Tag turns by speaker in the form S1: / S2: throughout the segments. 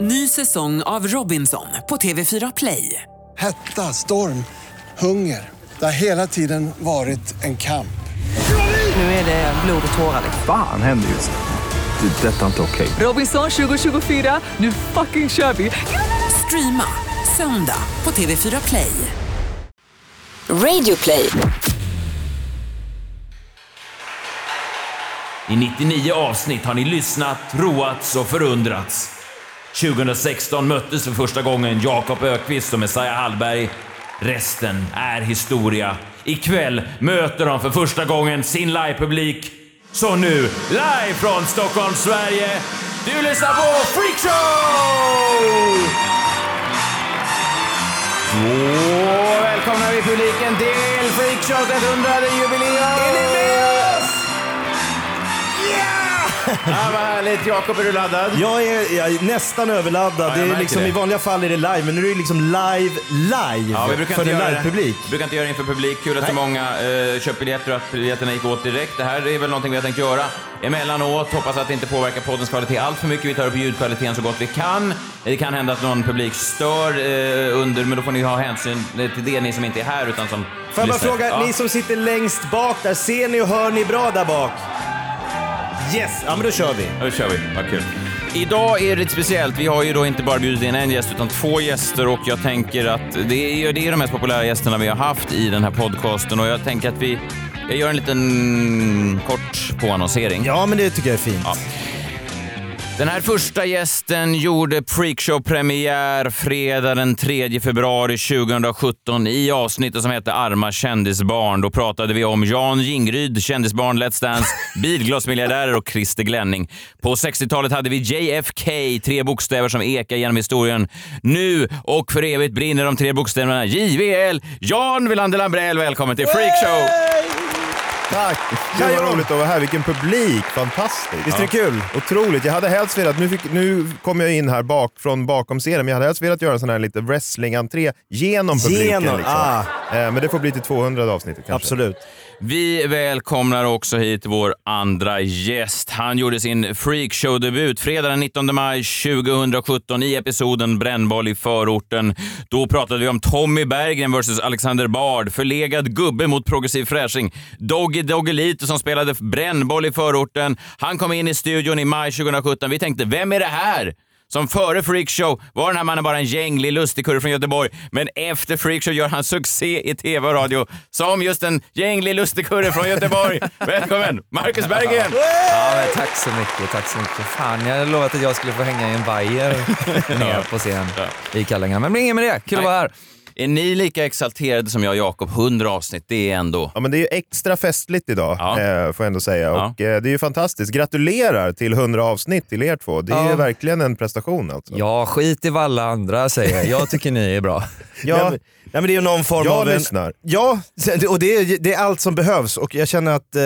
S1: Ny säsong av Robinson på TV4 Play.
S2: Hetta, storm, hunger. Det har hela tiden varit en kamp.
S1: Nu är det blod och tårar.
S3: Fan händer just nu. Det. är Detta är inte okej.
S1: Robinson 2024, nu fucking kör vi! Streama söndag på TV4 Play.
S4: Radio play.
S5: I 99 avsnitt har ni lyssnat, roats och förundrats. 2016 möttes för första gången Jakob Ökvist och Messiah Hallberg. Resten är historia. Ikväll möter de för första gången sin livepublik. Så nu, live från Stockholm, Sverige. Du lyssnar på Freakshow! Då välkomnar vi publiken till Freakshows 100 jubileum! Ja, vad härligt. Jakob, är du laddad?
S6: Jag är, jag är nästan överladdad.
S5: jag
S6: det är
S5: märker
S6: liksom,
S5: det.
S6: I vanliga fall är det live, men nu är det liksom live, live
S5: Ja, vi brukar
S6: för
S5: inte
S6: en
S5: göra
S6: livepublik.
S5: Det. Brukar inte göra det inför publik. Kul att så många eh, köpt biljetter och att biljetterna gick åt direkt. Det här är väl någonting vi har tänkt göra emellanåt. Hoppas att det inte påverkar poddens kvalitet allt för mycket. Vi tar upp ljudkvaliteten så gott vi kan. Det kan hända att någon publik stör eh, under, men då får ni ha hänsyn till det, ni som inte är här utan som
S6: Får jag bara
S5: lyssnar.
S6: fråga,
S5: Ja.
S6: ni som sitter längst bak där, ser ni och hör ni bra där bak? Yes! Ja, men då kör vi.
S5: Nu kör vi. Vad kul. Idag är det lite speciellt. Vi har ju då inte bara bjudit in en gäst utan två gäster och jag tänker att det är, ju- det är de mest populära gästerna vi har haft i den här podcasten och jag tänker att vi... Jag gör en liten kort påannonsering.
S6: Ja, men det tycker jag är fint.
S5: Ja. Den här första gästen gjorde Freakshow-premiär fredag den 3 februari 2017 i avsnittet som hette Arma kändisbarn. Då pratade vi om Jan Gingryd, kändisbarn, Let's Dance, bilglasmiljardärer och Christer Glenning. På 60-talet hade vi JFK, tre bokstäver som ekar genom historien. Nu och för evigt brinner de tre bokstäverna JVL. Jan Wilander Lambrell, välkommen till Freakshow!
S7: Tack! Gud
S6: Ja,
S7: vad
S6: Jon.
S7: roligt att vara här, vilken publik! Fantastiskt!
S6: Visst är det kul?
S7: Otroligt! Jag hade helst velat, nu, fick, nu kom jag in här bak, från bakom scenen, men jag hade helst velat göra en sån här lite wrestling-entré genom publiken.
S6: Genom,
S7: liksom.
S6: ah.
S7: eh, men det får bli till 200 avsnittet kanske.
S6: Absolut.
S5: Vi välkomnar också hit vår andra gäst. Han gjorde sin freakshow-debut fredag den 19 maj 2017 i episoden Brännboll i förorten. Då pratade vi om Tommy Berggren vs Alexander Bard, förlegad gubbe mot progressiv fräsching, Doggy Doggelito som spelade brännboll i förorten. Han kom in i studion i maj 2017. Vi tänkte, vem är det här? Som före Freakshow var den här mannen bara en gänglig lustigkurre från Göteborg, men efter Freakshow gör han succé i tv och radio som just en gänglig lustigkurre från Göteborg. Välkommen, Marcus Berggren!
S8: Ja, men tack så mycket, tack så mycket. Fan, jag hade lovat att jag skulle få hänga i en vajer ner på scen i kallingar. Men inget med det, kul att vara här.
S5: Är ni lika exalterade som jag och Jakob? 100 avsnitt, det är ändå...
S7: Ja, men det är ju extra festligt idag,
S5: Ja.
S7: eh, får jag ändå säga.
S5: Ja.
S7: Och, eh, det är ju fantastiskt. Gratulerar till 100 avsnitt till er två. Det är
S8: Ja.
S7: ju verkligen en prestation alltså.
S8: Ja, skit i vad alla andra säger. Jag tycker ni är bra.
S6: Ja,
S7: Ja.
S6: nej, men det är ju någon form
S7: Jag
S6: av... en-
S7: lyssnar.
S6: Ja, och det är, det är allt som behövs och jag känner att eh,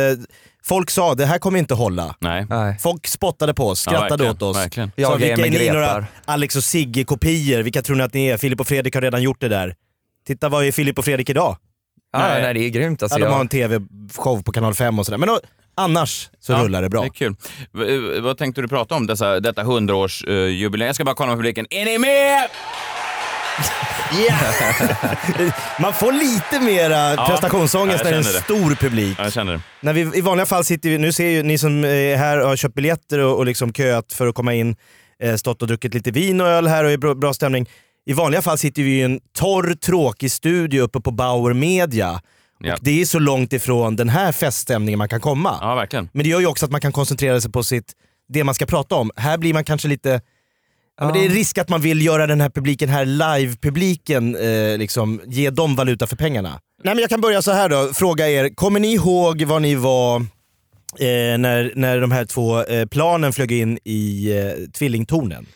S6: folk sa det här kommer inte hålla.
S5: Nej.
S8: Nej.
S6: Folk spottade på oss, skrattade
S5: verkligen,
S6: åt oss.
S5: verkligen.
S6: Sa,
S8: Jag är
S6: vilka
S8: med
S6: är ni
S8: grepar."
S6: några Alex och Sigge-kopior? Vilka tror ni att ni är? Filip och Fredrik har redan gjort det där. Titta vad är Filip och Fredrik idag?
S8: Ja,
S5: Nej.
S8: nej. det är grymt.
S6: Ja,
S8: Alltså,
S6: de har
S8: jag,
S6: en TV-show på kanal 5 och sådär. Men då, annars så
S5: Ja,
S6: rullar det bra.
S5: Det är kul. V- eh, vad tänkte du prata om, dessa, detta 100-årsjubileum? jag ska bara kolla med publiken. Är ni med?
S6: Man får lite mera
S5: Ja,
S6: prestationsångest
S5: jag
S6: när det är en
S5: känner det.
S6: stor publik.
S5: Ja, jag känner det.
S6: När vi, I vanliga fall sitter vi, nu ser ju ni som är här och har köpt biljetter och, och liksom köat för att komma in, eh, stått och druckit lite vin och öl här och är bra, bra stämning. I vanliga fall sitter vi i en torr, tråkig studio uppe på Bauer Media.
S5: Ja.
S6: Och det är så långt ifrån den här feststämningen man kan komma.
S5: Ja, verkligen.
S6: Men det gör ju också att man kan koncentrera sig på sitt, det man ska prata om. Här blir man kanske lite... Ja. Men det är risk att man vill göra den här publiken, här live-publiken, eh, liksom, ge dem valuta för pengarna. Nej men Jag kan börja så här då, fråga er. Kommer ni ihåg var ni var eh, när, när de här två eh, planen flög in i eh, tvillingtornen?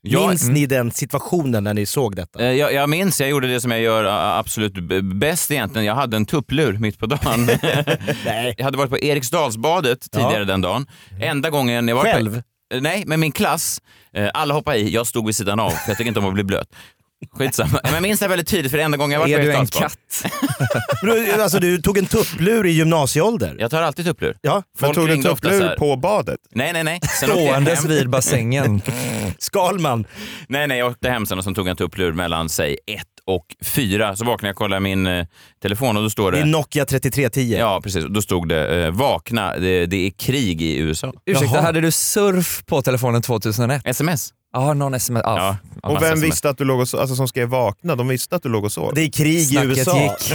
S5: Jag-
S6: Minns ni den situationen när ni såg detta?
S5: Eh, Jag, jag minns, jag gjorde det som jag gör eh, absolut b- bäst egentligen. Jag hade en tupplur mitt på dagen.
S6: Nej.
S5: jag hade varit på Eriksdalsbadet tidigare
S6: Ja.
S5: den dagen. Enda gången jag var
S6: Själv?
S5: På, Eh, nej, med min klass. Eh, Alla hoppade i, jag stod vid sidan av för jag tycker inte om att bli blöt. Skitsamma. Men jag minns det här väldigt tydligt för det är enda gången jag varit
S8: Är
S5: på
S8: du en
S5: Eriksdalsbad.
S8: katt?
S6: Men du, alltså, du tog en tupplur i gymnasieålder.
S5: Jag tar alltid tupplur.
S6: Ja.
S7: Men
S5: Folk
S7: tog du
S5: ringde ofta så
S7: tupplur
S5: här.
S7: på badet?
S5: Nej, nej, nej. Sen åkte jag
S8: Ståendes
S5: hem.
S8: vid bassängen.
S6: Skalman.
S5: Nej, nej, jag åkte hem sen och sen tog jag en tupplur mellan, säg, ett och fyra. Så vaknade jag och kollade min eh, telefon och då står
S6: Det är
S5: det...
S6: Nokia 3310.
S5: Ja, precis. Och Då stod det eh, “Vakna, det, det är krig i USA”.
S8: Ursäkta,
S6: Jaha.
S8: hade du surf på telefonen 2001?
S5: Sms.
S8: Ja, någon sms. Ja.
S5: Ja.
S8: Ja,
S7: Och
S5: massa
S7: vem
S5: sms.
S7: visste att du låg och sov? Alltså som skrev vakna, de visste att du låg och sov.
S6: Det är krig i
S8: Snacket
S6: USA.
S8: gick.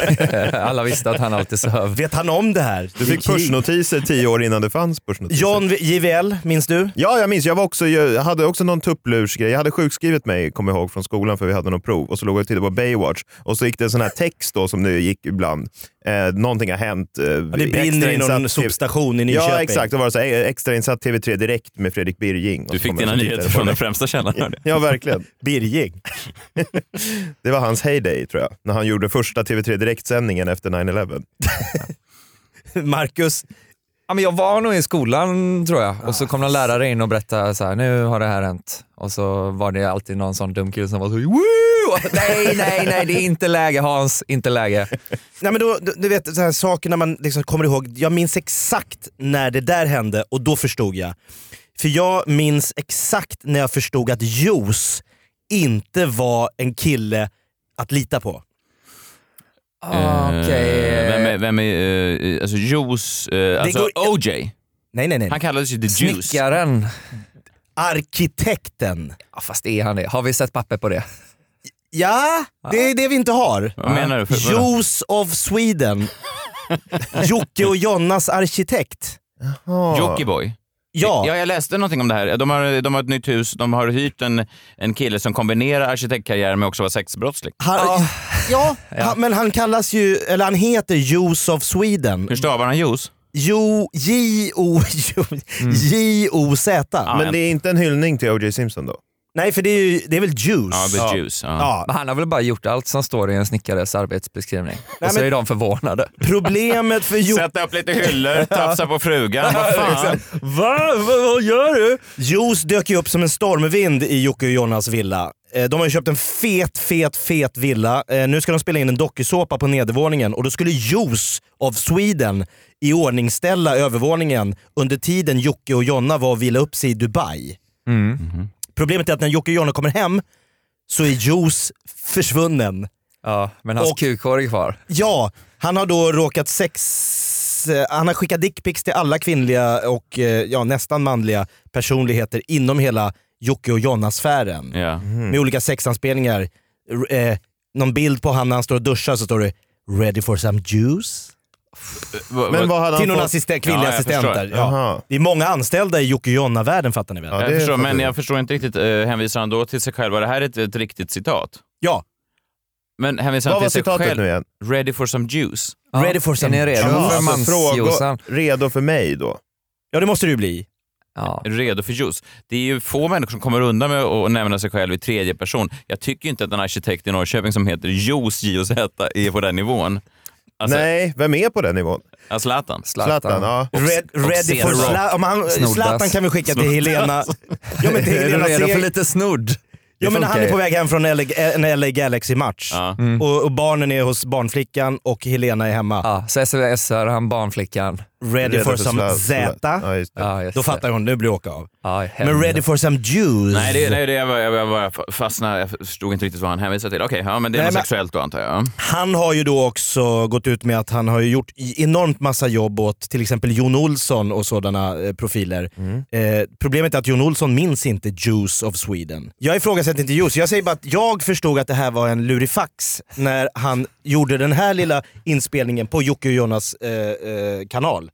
S8: Alla visste att han alltid söv.
S6: Vet han om det här?
S7: Du
S6: Det är
S7: fick
S6: krig.
S7: pushnotiser tio år innan det fanns pushnotiser.
S6: John JVL, minns du?
S7: Ja, jag minns. Jag, var också, jag hade också någon tupplursgrej. Jag hade sjukskrivit mig, kommer jag ihåg, från skolan för vi hade något prov. Och så låg jag och tittade på Baywatch. Och så gick det en sån här text då som det gick ibland. Eh, någonting har hänt. Eh,
S6: Det brinner i någon
S7: extrainsatt-
S6: sopstation i Nyköping.
S7: Ja, exakt. Då var det så här, eh, extrainsatt TV3 Direkt med Fredrik Birging. Och
S5: Du
S7: så
S5: fick
S7: kom jag
S5: dina
S7: och
S5: nyheter
S7: tittade på
S5: från
S7: det.
S5: den främsta källan. hörde jag.
S7: Ja, verkligen.
S6: Birging.
S7: Det var hans heyday, tror jag. När han gjorde första TV3 Direkt-sändningen efter 9-11.
S6: Marcus,
S8: Ja, men jag var nog i skolan tror jag och så kom någon lärare in och berättade så här, nu har det här hänt. Och så var det alltid någon sån dum kille som var så Woo! Nej, nej, nej, det är inte läge Hans, inte läge.
S6: Nej, men då, du- du vet, så här, saker när man liksom kommer ihåg. Jag minns exakt när det där hände och då förstod jag. För jag minns exakt när jag förstod att Juice inte var en kille att lita på.
S8: Ah,
S5: Eh, Vem
S8: Okej.
S5: är, vem är eh, alltså Juice, eh, alltså
S6: går-
S5: OJ.
S6: Nej, nej, nej.
S5: Han kallades ju The Juice.
S8: Snickaren.
S6: Arkitekten.
S8: Ja, fast är han det? Har vi sett papper på det?
S6: Ja, det är det vi inte har.
S5: Vad menar du? För- vadå?
S6: Juice of Sweden. Jocke och Jonas arkitekt.
S5: Jockiboi.
S6: Ja,
S5: Ja, jag läste någonting om det här. De har, de har ett nytt hus, de har hyrt en, en kille som kombinerar arkitektkarriär med också vara sexbrottsling.
S6: han, ja. Han, men han kallas ju, eller han heter Juice of Sweden.
S5: Hur stavar han juice?
S6: Jo, J-O, J-O-Z.
S5: Mm. ja.
S7: Men det är inte en hyllning till O.J. Simpson då?
S6: Nej, för det är, ju, det är väl juice?
S5: Ja, the
S6: ja.
S5: juice. Ja.
S6: Ja.
S8: Men han har väl bara gjort allt som står i en snickares arbetsbeskrivning. Och så
S6: men-
S8: är de förvånade.
S6: Problemet för ju,
S5: Sätta upp lite hyllor, tafsa på frugan. Vad fan?
S6: Va? Va? Vad gör du? Juice dök ju upp som en stormvind i Jocke och Jonas villa. Eh, De har ju köpt en fet, fet, fet villa. Eh, Nu ska de spela in en dokusåpa på nedervåningen och då skulle Juice of Sweden i övervåningen under tiden Jocke och Jonna var och vila upp sig i Dubai. Problemet är att när Jocke och Jonna kommer hem så är Juice försvunnen.
S8: Ja, men hans
S6: Och-
S8: kukhår är kvar.
S6: Ja, han har då råkat sex... eh, Han har skickat dickpics till alla kvinnliga och eh, ja, nästan manliga personligheter inom hela Jocke och Jonna-sfären.
S5: Ja.
S6: Med olika sexanspelningar. R- Eh, någon bild på han när han står och duschar så står det “Ready for some juice?”
S5: Va-
S7: Men
S5: va-
S7: vad hade
S6: Till
S7: han
S6: någon
S7: fått?
S6: assisten, kvinnliga
S5: Ja, jag
S6: assistenter.
S5: förstår.
S7: Jaha.
S6: Ja. Det är många anställda i Jocke och Jonna-världen fattar ni väl?
S7: Ja,
S5: jag
S7: det
S5: förstår,
S7: fattar
S5: men
S7: jag.
S5: jag förstår inte riktigt. eh, hänvisar han då till sig själv? Var det här ett, ett riktigt citat?
S6: Ja.
S5: Men hänvisar han
S7: Vad var
S5: till sig
S7: citatet
S5: själv?
S7: nu igen?
S5: Ready for some juice?
S8: Ja,
S6: Ready for
S8: är
S6: some
S8: ni redo
S6: juice.
S8: för
S7: Alltså,
S8: mansjuicen?
S7: frågor- redo för mig då?
S6: Ja, det måste det ju bli.
S8: Ja.
S5: Är du redo för juice? Det är ju få människor som kommer undan med att nämna sig själv i tredje person. Jag tycker ju inte att en arkitekt i Norrköping som heter Juice, J och Z, är på den nivån. Alltså,
S7: Nej, vem är på den nivån?
S5: Ja, Zlatan.
S7: Zlatan, ja.
S6: Red,
S5: och
S6: ready for
S5: Zero.
S6: Zla- om han,
S8: Snoddas.
S6: Zlatan kan vi skicka till Helena. Ja, men till
S8: Är du
S6: Helena
S8: redo för
S6: Seger.
S8: lite snodd?
S6: Ja, men han
S8: funkar
S6: är på
S8: ju.
S6: väg hem från eh, LA, en LA Galaxy-match.
S5: Ja.
S6: Och, och barnen är hos barnflickan och Helena är hemma.
S8: Ja, så smsar han barnflickan.
S6: Ready, for, some
S7: sla-
S6: Z.
S7: Ja, just det.
S8: Ja, just
S6: Då
S8: det.
S6: fattar hon, nu blir det åka av.
S8: Ja, i
S6: Men
S8: helvete.
S6: ready for some juice.
S5: Nej, det, nej det, jag, var, jag, var, jag var- fastnade. Jag förstod inte riktigt vad han hänvisade till. Okej, ja, men det är
S6: Nej,
S5: något
S6: men-
S5: sexuellt då antar jag.
S6: Han har ju då också gått ut med att han har ju gjort i- enormt massa jobb åt till exempel Jon Olsson och sådana eh, profiler. Eh, problemet är att Jon Olsson minns inte Juice of Sweden. Jag ifrågasätter inte Juice, jag säger bara att jag förstod att det här var en lurifax när han gjorde den här lilla inspelningen på Jocke och Jonas eh, eh, kanal.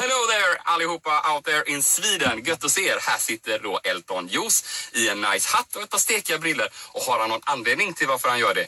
S9: Hello there allihopa out there in Sweden. Gött att se er. Här sitter då Elton Joes i en nice hatt och ett par stekiga briller. Och har han någon anledning till varför han gör det?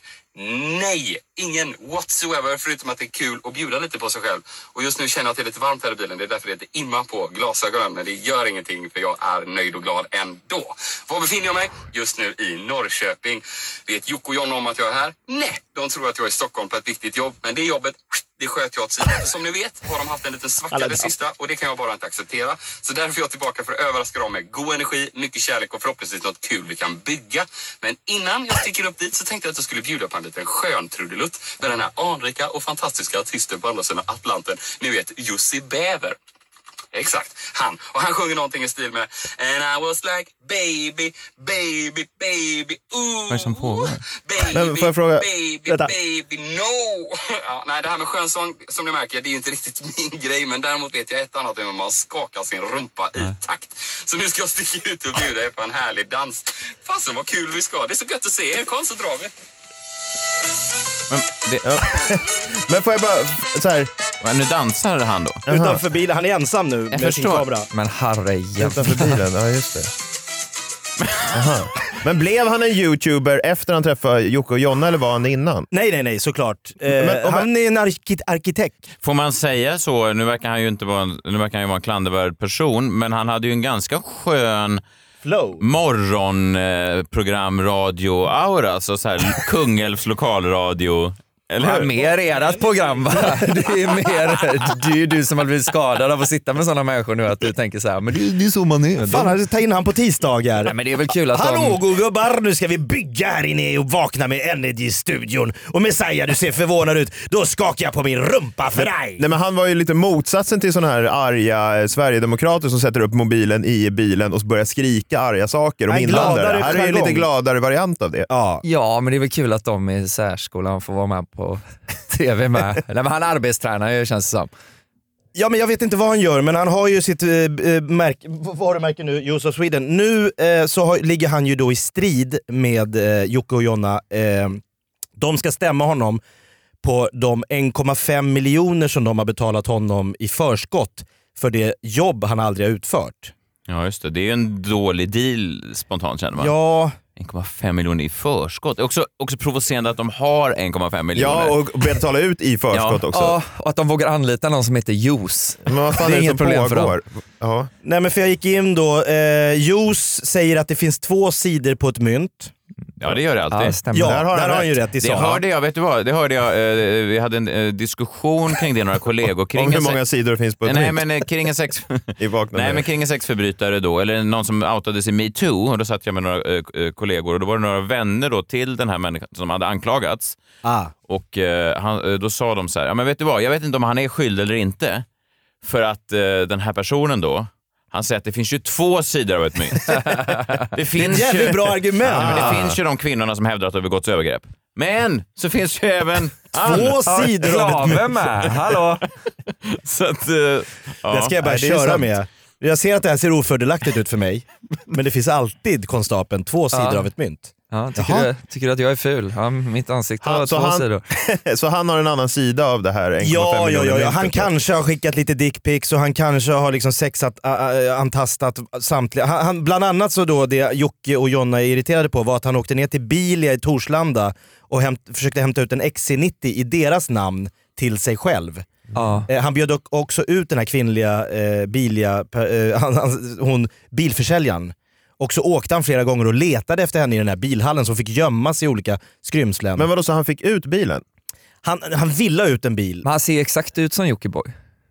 S9: Nej, ingen whatsoever förutom att det är kul att bjuda lite på sig själv. Och just nu känner jag att det är lite varmt här i bilen. Det är därför det är lite imma på glasögonen. Men det gör ingenting för jag är nöjd och glad ändå. Var befinner jag mig? Just nu i Norrköping. Vet Jocke och Jonna om att jag är här? Nej, de tror att jag är i Stockholm på ett viktigt jobb. Men det jobbet, Det sköt jag åt sidan. Som ni vet har de haft en liten svacka det sista och det kan jag bara inte acceptera. Så därför är jag tillbaka för att överraska dem med god energi, mycket kärlek och förhoppningsvis något kul vi kan bygga. Men innan jag sticker upp dit så tänkte jag att jag skulle bjuda på en liten skön trudelutt med den här anrika och fantastiska artisten på andra sidan Atlanten. Ni vet, Jussi Bäver. Exakt, han. Och han sjunger någonting i stil med And I was like baby, baby, baby, ooh. Vad
S5: är det som pågår?
S9: Baby,
S7: Men får jag fråga-
S9: baby,
S7: vänta.
S9: baby, no. Ja, nej, det här med skönsång, som ni märker, det är ju inte riktigt min grej. Men däremot vet jag ett annat om hur man skakar sin rumpa i takt. Så nu ska jag sticka ut och bjuda er på en härlig dans. Fasen vad kul vi ska. Det är så gött att se er. Kom så drar vi.
S5: Men, det,
S7: Men får jag bara, så här,
S5: men nu dansar han då?
S6: Utanför bilen, han är ensam nu med sin
S5: förstår.
S6: kamera.
S8: Men herrejävlar.
S7: utanför bilen, ja just det. Aha. Men blev han en youtuber efter han träffade Jocke och Jonna eller var han det innan?
S6: Nej, nej, nej, såklart. Eh,
S7: Men om-
S6: han är en arkit- arkitekt.
S5: Får man säga så? Nu verkar han ju inte vara en, nu verkar han ju vara en klandervärd person, men han hade ju en ganska skön
S6: Flow.
S5: morgonprogramradio-aura. Alltså så här Kungälvs lokalradio. Eller
S8: Det är
S5: hur?
S8: mer ert program va? Det är mer, det är ju du som har blivit skadad av att sitta med sådana människor nu att du tänker så här, men det, det är så man är.
S6: Fan, han- ta in han på tisdagar.
S8: Nej, men det är väl kul att
S6: Hallå
S8: de...
S6: gubbar, nu ska vi bygga här inne och vakna med Energy-studion. Och Messiah, du ser förvånad ut. Då skakar jag på min rumpa för dig.
S7: Nej men han var ju lite motsatsen till sådana här arga eh, sverigedemokrater som sätter upp mobilen i bilen och börjar skrika arga saker om
S6: En
S7: invandrare.
S6: gladare
S7: Här är ju en lite
S6: jargong.
S7: gladare variant av det.
S6: Ja.
S8: Ja, men det är väl kul att de i särskolan får vara med på tv med. Nej, men han arbetstränar ju känns det som.
S6: ja, men jag vet inte vad han gör, men han har ju sitt eh, eh, märk- v- varumärke nu, Use of Sweden. Nu eh, så har, ligger han ju då i strid med eh, Jocke och Jonna. Eh, de ska stämma honom på de 1,5 miljoner som de har betalat honom i förskott för det jobb han aldrig har utfört.
S5: Ja, just det. Det är ju en dålig deal spontant känner man.
S6: Ja,
S5: 1,5 miljoner i förskott. Det är Också, också provocerande att de har 1,5 miljoner.
S7: Ja, och betala ut i förskott
S5: Ja.
S7: också.
S8: Ja, och att de vågar anlita någon som heter Juice.
S7: Men vad fan
S8: Det
S7: det
S8: är
S7: är det
S8: inget
S7: som
S8: problem för dem.
S7: pågår? Ja.
S6: Nej men för jag gick in då, eh, Juice säger att det finns två sidor på ett mynt.
S5: ja, det gör det
S8: Ja,
S5: alltid.
S8: det stämmer.
S6: Ja, där
S7: där har
S6: har,
S7: han rätt.
S6: han ju rätt i
S5: Det
S6: sak.
S5: hörde jag, vet du vad? Det hörde jag, eh, vi hade en eh, diskussion kring det, några kollegor. Kring
S7: Om hur
S5: en se-
S7: många sidor det finns på ett
S5: Nej,
S7: mynt
S5: men eh, kring en sex...
S7: i Vakna
S5: Nej,
S7: med.
S5: men kring en sexförbrytare då, eller någon som outades i metoo. Och då satt jag med några eh, eh, kollegor och då var det några vänner då till den här människan som hade anklagats.
S6: Ah.
S5: Och eh, han, eh, då sa de så här, ja men vet du vad, jag vet inte om han är skyldig eller inte. För att eh, den här personen då, han säger att det finns ju två sidor av ett mynt. det finns ju...
S6: Jävligt bra argument!
S5: Ja, men det finns ju de kvinnorna som hävdar att det har begåtts övergrepp. Men så finns ju även
S6: Två sidor av ett mynt.
S8: Slaven med, hallå!
S5: Så att, eh, ja.
S6: Det ska jag bara
S7: Nej, det är
S6: köra
S7: sant.
S6: med. Jag ser att det här ser ofördelaktigt ut för mig, men det finns alltid, konstapeln, två sidor av ett mynt.
S8: Ja, tycker,
S6: Jaha.
S8: du, tycker du att jag är ful? Ja, mitt ansikte har
S7: Han, så,
S8: två
S7: han,
S8: sidor.
S7: så han har en annan sida av det här 1,5
S6: Ja, ja, ja, ja.
S7: miljoner
S6: Han
S7: myntet.
S6: kanske har skickat lite dickpics och han kanske har liksom sexat, ä, ä, antastat samtliga. Han, han, bland annat så då det Jocke och Jonna är irriterade på var att han åkte ner till Bilia i Torslanda och hämt, försökte hämta ut en XC90 i deras namn till sig själv.
S8: Ja.
S6: Eh, han bjöd dock också ut den här kvinnliga eh, bilia, per- eh, han, han, hon, bilförsäljaren. Och så åkte han flera gånger och letade efter henne i den här bilhallen så hon fick gömma sig i olika skrymslen.
S7: Men vadå, så han fick ut bilen?
S6: han, han ville ha ut en bil.
S8: Men han ser ju exakt ut som Jockiboi.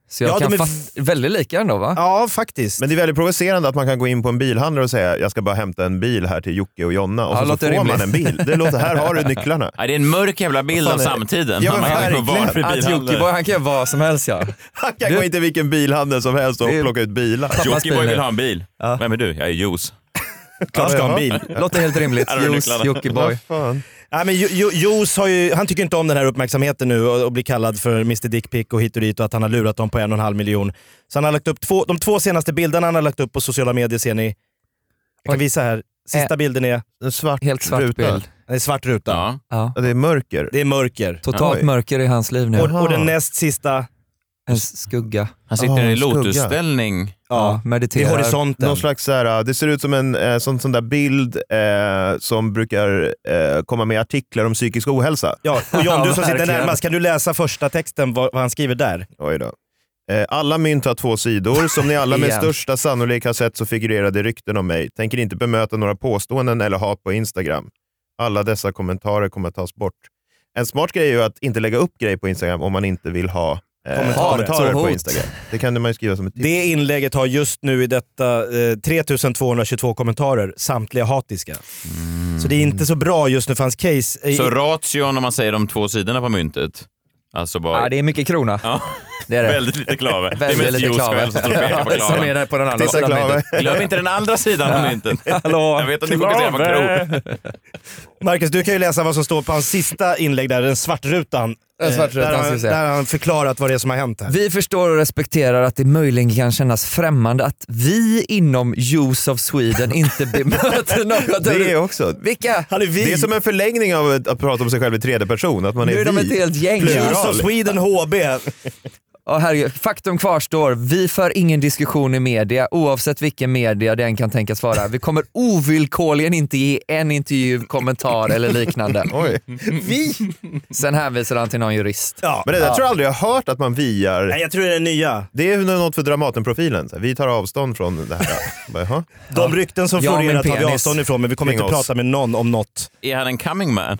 S8: Så jag
S6: Ja,
S8: kan
S6: de är-
S8: fatta, väldigt lika ändå va?
S6: Ja, faktiskt.
S7: Men det är väldigt provocerande att man kan gå in på en bilhandlare och säga jag ska bara hämta en bil här till Jocke och Jonna och
S8: Ja,
S7: så, så
S8: låter
S7: får
S8: rimligt.
S7: man en bil. Det låter, här har du nycklarna.
S5: Nej, det är en mörk jävla bild av
S7: Fan, det-
S5: samtiden.
S7: Ja, men
S5: Man kan inte gå
S7: verkligen.
S5: varför i
S8: Att
S5: bilhandel.
S8: Jockiboi han kan göra vad som helst ja.
S7: Han kan gå in till vilken bilhandel som helst och
S8: Det är-
S7: plocka ut bilar.
S8: Pappas
S5: Jockiboi
S8: bil
S5: vill
S8: nu.
S5: ha en bil. Vem är du? Jag är Juice.
S6: Klart ska ha en bil.
S8: Låter helt rimligt.
S5: har du
S8: Juice,
S5: nycklarna.
S8: Jockiboi.
S7: Fan.
S6: Nej, men Jo- Jo- Jos har ju, han tycker inte om den här uppmärksamheten nu och, och blir kallad för Mr Dickpick och hit och dit och att han har lurat dem på en och en halv miljon. Så han har lagt upp två, de två senaste bilderna han har lagt upp på sociala medier ser ni. Jag kan
S8: Oj. Eh.
S6: visa här. Sista bilden är,
S7: En svart,
S8: Helt svart
S7: ruta.
S8: bild.
S6: det är svart ruta.
S5: Ja.
S8: Ja.
S7: Ja, Det är mörker.
S6: Det är mörker.
S8: Totalt
S7: Oj.
S8: mörker i hans liv nu.
S6: Och, och den näst sista,
S8: En skugga.
S5: Han sitter
S7: Ah,
S5: i
S7: en skugga.
S5: lotusställning.
S8: Ja,
S6: ja, det är
S8: mediterar.
S6: horisonten.
S7: Någon slags så här, det ser ut som en eh, sån, sån där bild eh, som brukar eh, komma med artiklar om psykisk ohälsa.
S6: Ja, och John, du som sitter
S8: verkligen.
S6: närmast, kan du läsa första texten, vad, vad han skriver där?
S7: Oj då. Eh, Alla mynt har två sidor. Som ni alla med
S8: Igen.
S7: största sannolikhet har sett så figurerar det rykten om mig. Tänker inte bemöta några påståenden eller hat på Instagram. Alla dessa kommentarer kommer att tas bort. En smart grej är ju att inte lägga upp grejer på Instagram om man inte vill ha eh,
S6: Kommentarer.
S7: kommentarer
S8: Så
S7: på
S8: hot.
S7: Instagram. Det kan man ju skriva som ett tips.
S6: Det inlägget har just nu i detta eh, 3222 kommentarer, samtliga hatiska. Så det är inte så bra just nu för hans case. Eh,
S5: Så ration om man säger de två sidorna på myntet? Alltså bara...
S8: Ja, det är mycket krona.
S5: Ja.
S8: Det är det.
S5: Väldigt lite klaver. Det är
S8: Väldigt
S5: mest
S8: lite
S5: Joe
S8: klaver.
S5: själv som står och pekar på
S8: Som är
S5: klaven.
S8: där på den andra
S7: Titta,
S8: sidan.
S7: Klave.
S5: Glöm inte den andra sidan av myntet.
S8: Hallå.
S5: Jag vet att ni fokuserar på kro.
S6: Marcus, du kan ju läsa vad som står på hans sista inlägg där, den svartrutan.
S8: Den svartrutan,
S6: Eh, där, har
S8: ska
S6: han,
S8: vi se.
S6: där har han förklarat vad det är som har hänt här.
S8: Vi förstår och respekterar att det möjligen kan kännas främmande att vi inom Use of Sweden inte bemöter något.
S7: Det är också.
S8: Vilka?
S6: Han är vi.
S7: Det är som en förlängning av att, att prata om sig själv i tredje person, att man är
S8: Nu är de
S7: vi.
S8: ett helt gäng.
S7: Plural.
S6: Use of Sweden HB.
S8: Ja, herregud. Faktum kvarstår, vi för ingen diskussion i media oavsett vilken media den kan tänkas vara. Vi kommer ovillkorligen inte ge en intervju, kommentar eller liknande.
S7: Oj.
S6: Vi?
S8: Sen hänvisar han till någon jurist.
S6: Ja.
S7: Men det där tror jag aldrig jag har hört att man viar.
S6: Nej, jag tror det är den nya.
S7: Det är något för Dramaten-profilen. så här, Vi tar avstånd från det här. Bara, jaha.
S6: De rykten som
S8: Ja,
S6: florerar tar
S8: min
S6: vi
S8: penis.
S6: avstånd ifrån, men vi kommer
S7: Kring
S6: inte
S7: oss.
S6: prata med någon om något.
S5: Är han en coming man?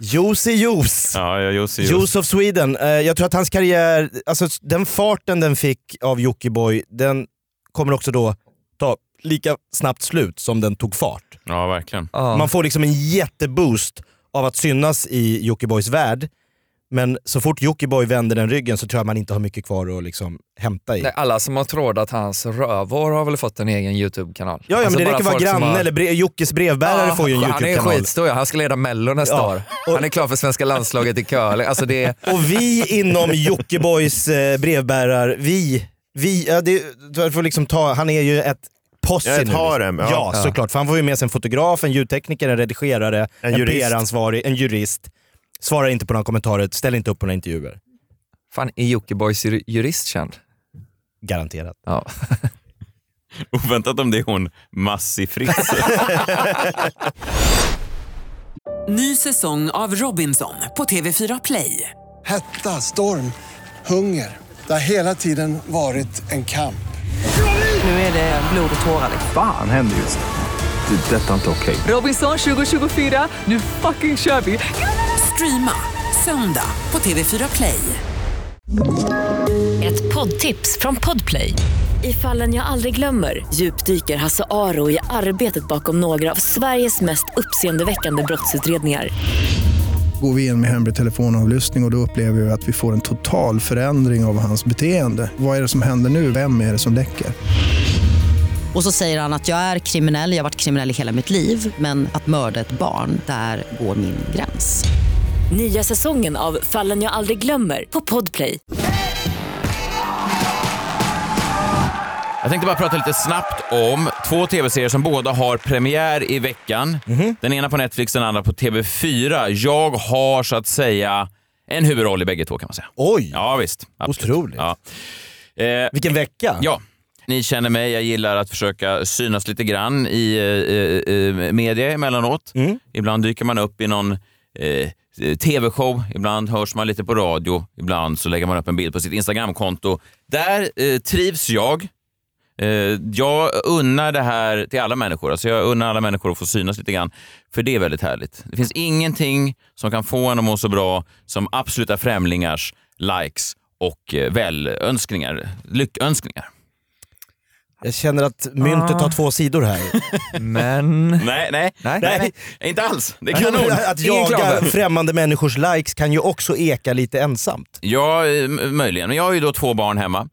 S6: Juicy juice.
S5: Ja, ja Jussi.
S6: Juice of Sweden. Eh, jag tror att hans karriär, alltså s- den farten den fick av Jockiboi, den kommer också då ta lika snabbt slut som den tog fart.
S5: Ja, verkligen.
S8: Ja.
S6: Man får liksom en jätteboost av att synas i Jockibois värld. Men så fort Jockiboi vänder den ryggen så tror jag man inte har mycket kvar att liksom hämta i.
S8: Nej, alla som har trådat hans rövhår har väl fått en egen YouTube-kanal.
S6: Ja, ja
S8: Alltså
S6: men det
S8: bara
S6: räcker vara
S8: folk som
S6: granne
S8: har-
S6: eller brev, Jockes brevbärare
S8: Ja,
S6: får ju en
S8: Han är
S6: YouTube-kanal.
S8: skitstor, ja. han ska leda mello nästa
S6: Ja.
S8: år. Han är klar för svenska landslaget i curling. Alltså det är,
S6: Och vi inom Jockibois eh, brevbärar, vi, vi ja, det, du får liksom ta, han är ju ett posse
S7: Ja, ett
S6: nu.
S7: harem, ja.
S6: ja,
S8: Ja.
S6: såklart. För han får ju med sig en fotograf, en ljudtekniker, en redigerare, en,
S7: En jurist.
S6: PR-ansvarig, en jurist. Svarar inte på några kommentarer, ställer inte upp på några intervjuer.
S8: fan är Jockibois jur- jurist känd?
S6: Garanterat.
S8: Ja.
S5: Oväntat om det är hon, Massi Fritz.
S1: Ny säsong av Robinson på TV4 Play.
S2: Hetta, storm, hunger. Det har hela tiden varit en kamp.
S4: Nu är det blod och tårar.
S3: Fan händer just det. Det är detta inte okej.
S1: Robinson 2024, nu fucking kör vi! Streama söndag på TV4 Play.
S10: Ett poddtips från Podplay. I fallen jag aldrig glömmer djupdyker Hasse Aro i arbetet bakom några av Sveriges mest uppseendeväckande brottsutredningar.
S11: går vi in med hemlig telefonavlyssning och, och då upplever vi att vi får en total förändring av hans beteende. Vad är det som händer nu? Vem är det som läcker?
S12: Och så säger han att jag är kriminell, jag har varit kriminell i hela mitt liv men att mörda ett barn, där går min gräns.
S10: Nya säsongen av Fallen jag aldrig glömmer på Podplay.
S5: Jag tänkte bara prata lite snabbt om två tv-serier som båda har premiär i veckan.
S6: Mhm.
S5: Den ena på Netflix, den andra på TV4. Jag har så att säga en huvudroll i bägge två kan man säga.
S6: Oj!
S5: Ja, visst. Absolut.
S6: Otroligt.
S5: Ja. Eh,
S6: Vilken vecka!
S5: Ja. Ni känner mig, jag gillar att försöka synas lite grann i eh, eh, media emellanåt.
S6: Mm.
S5: Ibland dyker man upp i någon eh, tv-show, ibland hörs man lite på radio, ibland så lägger man upp en bild på sitt Instagramkonto. Där eh, trivs jag. Eh, jag unnar det här till alla människor. Alltså jag unnar alla människor att få synas lite grann, för det är väldigt härligt. Det finns ingenting som kan få en att må så bra som absoluta främlingars likes och eh, välönskningar, lyckönskningar.
S6: Jag känner att myntet har två sidor här.
S8: Men...
S5: Nej, nej, nej, nej, inte alls. Det är kanon.
S6: Att
S8: Ingen
S6: jaga
S8: klaver.
S6: främmande människors likes kan ju också eka lite ensamt.
S5: Ja, eh, m- möjligen. Men jag har ju då två barn hemma.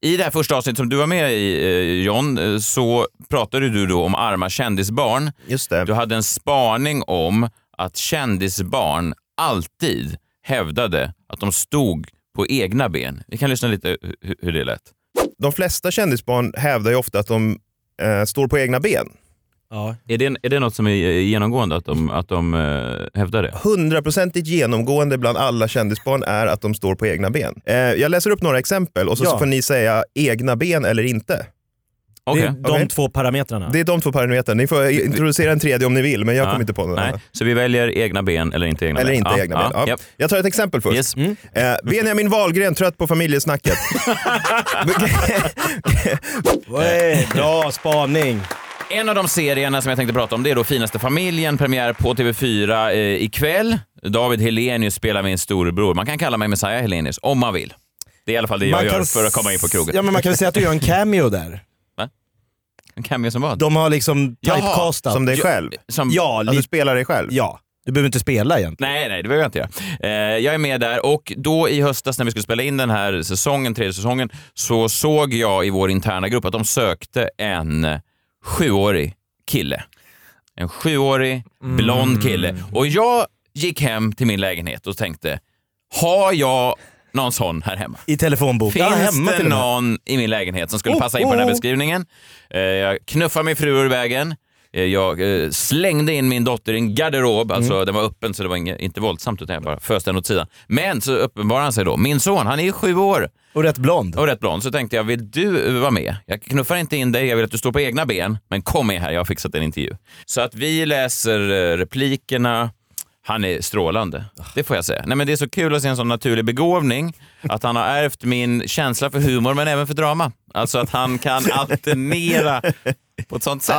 S5: I det här första avsnittet som du var med i, eh, John, eh, så pratade du då om arma kändisbarn.
S7: Just det.
S5: Du hade en spaning om att kändisbarn alltid hävdade att de stod på egna ben. Vi kan lyssna lite hur, hur det lät.
S7: De flesta kändisbarn hävdar ju ofta att de eh, står på egna ben.
S5: Är det, är det något som är genomgående, att de, att de eh, hävdar det?
S7: hundraprocentigt genomgående bland alla kändisbarn är att de står på egna ben. Eh, jag läser upp några exempel och så,
S6: Ja.
S7: så får ni säga egna ben eller inte.
S6: Det är
S5: Okej.
S6: de
S7: Okej.
S6: två parametrarna.
S7: Det är de två parametrarna. Ni får introducera en tredje om ni vill, men jag
S5: Ja.
S7: kommer inte på någon
S5: Nej.
S7: annan.
S5: Så vi väljer egna ben eller inte egna
S7: Eller
S5: ben?
S7: inte
S5: Ja,
S7: egna ben. Ja.
S5: japp.
S7: Jag tar ett exempel först.
S5: Yes.
S7: Eh, Benjamin Wahlgren, trött på familjesnacket.
S6: Oj, bra Eh, spaning!
S5: En av de serierna som jag tänkte prata om det är då Finaste familjen, premiär på TV4 eh, ikväll. David Helenius spelar min storebror. Man kan kalla mig Messiah Helenius om man vill. Det är i alla fall det jag
S6: Man
S5: gör
S6: kan
S5: för att komma in på krogen.
S6: Ja men man kan väl säga att du gör en cameo där.
S5: En cameo som vad?
S6: De har liksom
S5: Jaha,
S6: typecastat.
S5: som dig själv? Som-
S6: ja,
S5: Ja, du
S6: spelar
S7: dig själv?
S6: Ja. Du behöver inte spela egentligen.
S5: Nej, nej, det behöver jag inte göra. Eh, jag är med där och då i höstas när vi skulle spela in den här säsongen, tredje säsongen, så såg jag i vår interna grupp att de sökte en sjuårig kille. En sjuårig
S6: Mm.
S5: blond kille. Och jag gick hem till min lägenhet och tänkte, har jag någon sån här hemma?
S6: I telefonboken.
S5: Finns
S6: ja, hemma
S5: det
S6: till och med.
S5: någon i min lägenhet som skulle
S6: Oh,
S5: passa in på den här
S6: oh.
S5: beskrivningen? Eh, Jag knuffade min fru ur vägen. Eh, Jag eh, slängde in min dotter i en garderob. Alltså,
S6: Mm.
S5: Den var öppen, så det var inget, inte våldsamt, utan jag bara föste henne åt sidan. Men så uppenbarar han sig då. Min son, han är ju sju år.
S6: Och rätt blond.
S5: Och rätt blond. Så tänkte jag, vill du eh, vara med? Jag knuffar inte in dig, jag vill att du står på egna ben. Men kom med här, jag har fixat en intervju. Så att vi läser eh, replikerna. Han är strålande, det får jag säga. Nej, men det är så kul att se en sån naturlig begåvning, att han har ärvt min känsla för humor men även för drama. Alltså att han kan alternera på ett sånt sätt.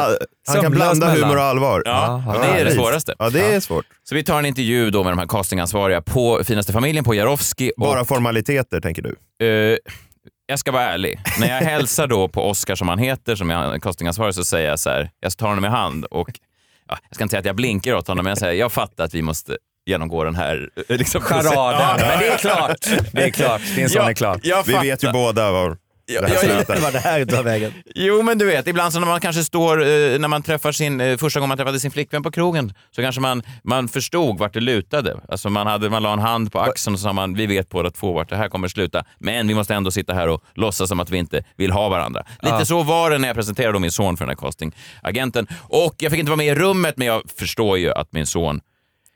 S7: Han kan blanda humor och allvar.
S5: Ja, och det är det
S7: precis.
S5: svåraste.
S7: Ja, det är svårt.
S5: Så vi tar en intervju då med de här castingansvariga på Finaste familjen på Jarowski. och-
S7: Bara formaliteter, tänker du?
S5: Eh, jag ska vara ärlig. När jag hälsar då på Oscar som han heter, som är castingansvarig, så säger jag så här, jag tar honom i hand och ja, jag ska inte säga att jag blinkar åt honom, men jag säger, jag fattar att vi måste genomgå den här... eh, Liksom,
S8: Charaden.
S5: processen."
S8: Men det är klart. Det är klart. Din son
S5: Ja,
S8: är klar.
S5: jag
S7: Vi
S5: fattar.
S7: vet ju båda var det här
S5: ja, ja.
S7: slutar.
S6: Vad det här tar vägen.
S5: Jo, men du vet, ibland så när man kanske står, eh, när man träffar sin, eh, första gången man träffade sin flickvän på krogen, så kanske man, man förstod vart det lutade. Alltså man, hade, man la en hand på axeln och så sa man, vi vet båda två vart det här kommer sluta, men vi måste ändå sitta här och låtsas som att vi inte vill ha varandra. Lite
S8: Ja.
S5: så var det när jag presenterade då min son för den här castingagenten. Och jag fick inte vara med i rummet, men jag förstår ju att min son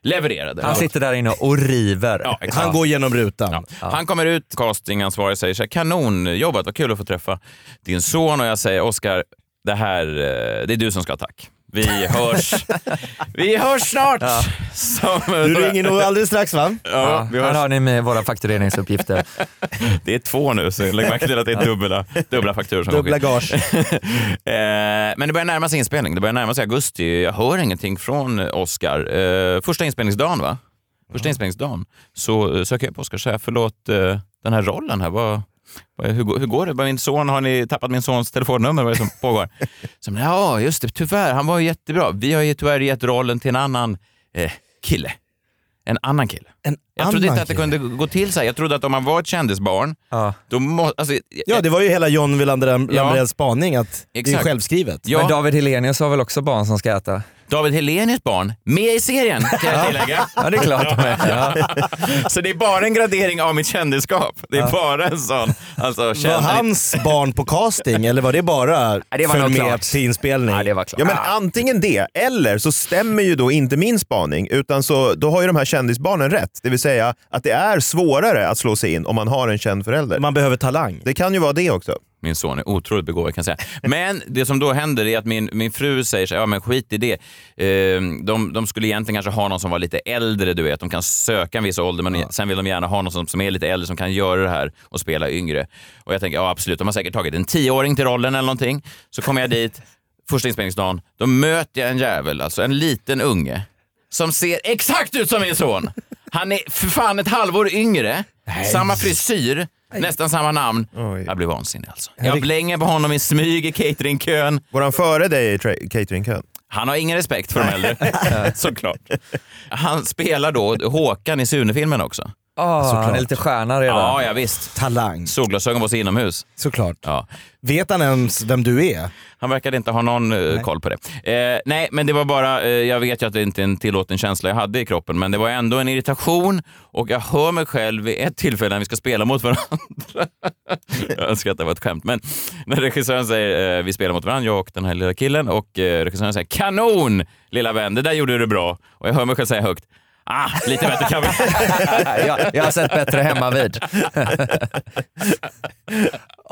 S5: levererade.
S8: Han sitter där inne och river.
S5: exakt.
S6: Han går genom rutan.
S5: Han kommer ut, castingansvarig säger så här, kanonjobbat, vad kul att få träffa din son. Och jag säger, Oscar, det här, eh, det är du som ska ha tack. Vi hörs, vi hörs snart! Som,
S6: Du ringer nog alldeles strax va?
S5: Ja, vi
S8: Här
S5: hörs.
S8: har ni med våra faktureringsuppgifter.
S5: Det är två nu, så lägg märke till att det är dubbla, dubbla fakturor som
S6: Dubbla
S5: går in.
S6: gage.
S5: Eh, Men det börjar närma sig inspelning, det börjar närma sig augusti. Jag hör ingenting från Oscar. Eh, Första inspelningsdagen, va?
S6: Mm.
S5: Första inspelningsdagen så eh, söker jag på Oscar och säger, förlåt, eh, den här rollen här, vad, vad, hur, går- hur går det? Vad är Min son, har ni tappat min sons telefonnummer? Vad är det som pågår? Så, men, ja, just det, tyvärr, han var ju jättebra. Vi har ju tyvärr gett rollen till en annan eh, kille. En annan kille.
S6: En
S5: Jag trodde
S6: annan
S5: inte att det
S6: kille.
S5: kunde gå till så här. Jag trodde att om man var ett kändisbarn,
S8: Ja.
S5: då må, alltså,
S6: Ja, det var ju hela John Wilander
S5: Ja.
S6: Lambrells spaning att det är
S5: Exakt.
S6: självskrivet.
S5: Ja.
S8: Men David Helenius har väl också barn som ska äta?
S5: David Helenius barn med i serien kan jag tillägga.
S8: Ja, det är klart de är. Ja.
S5: Så det är bara en gradering av mitt kändisskap. Det är bara en sån. Alltså,
S6: Var
S5: känner...
S6: hans barn på casting eller var det bara
S8: det var
S6: följ
S8: nog
S6: med
S8: klart.
S6: till inspelning?
S8: Ja, det var klart.
S7: Ja, men
S5: Ah.
S7: antingen det, eller så stämmer ju då inte min spaning, utan så, då har ju de här kändisbarnen rätt. Det vill säga att det är svårare att slå sig in om man har en känd förälder.
S6: Man behöver talang.
S7: Det kan ju vara det också.
S5: Min son är otroligt begåvad kan jag säga. Men det som då händer är att min, min fru säger så här, ja men skit i det. Ehm, de, de skulle egentligen kanske ha någon som var lite äldre, du vet. De kan söka en viss ålder, men sen vill de gärna ha någon som, som är lite äldre som kan göra det här och spela yngre. Och jag tänker, ja absolut, de har säkert tagit en tioåring till rollen eller någonting. Så kommer jag dit, första inspelningsdagen, då möter jag en jävel, alltså en liten unge, som ser exakt ut som min son. Han är för fan ett halvår yngre, samma frisyr, nästan samma namn. Jag blir vansinnig alltså. Jag blänger på honom i smyg i cateringkön.
S7: Går han före dig i tra- cateringkön?
S5: Han har ingen respekt för de äldre, såklart. Han spelar då Håkan i Sune-filmen också.
S8: Ah, han är lite stjärna redan.
S5: Ja, ja visst.
S6: Talang,
S5: Solglasögon på sig inomhus.
S6: såklart.
S5: Ja.
S6: Vet han ens vem du är?
S5: Han verkade inte ha någon eh, koll på det. Eh, nej, men det var bara, eh, jag vet ju att det inte är en tillåten känsla jag hade i kroppen, men det var ändå en irritation och jag hör mig själv vid ett tillfälle när vi ska spela mot varandra. jag önskar att det var ett skämt, men när regissören säger eh, vi spelar mot varandra, jag och den här lilla killen, och eh, regissören säger kanon lilla vän, det där gjorde du bra. Och jag hör mig själv säga högt, ah, lite bättre kan vi.
S8: jag, jag har sett bättre hemma vid.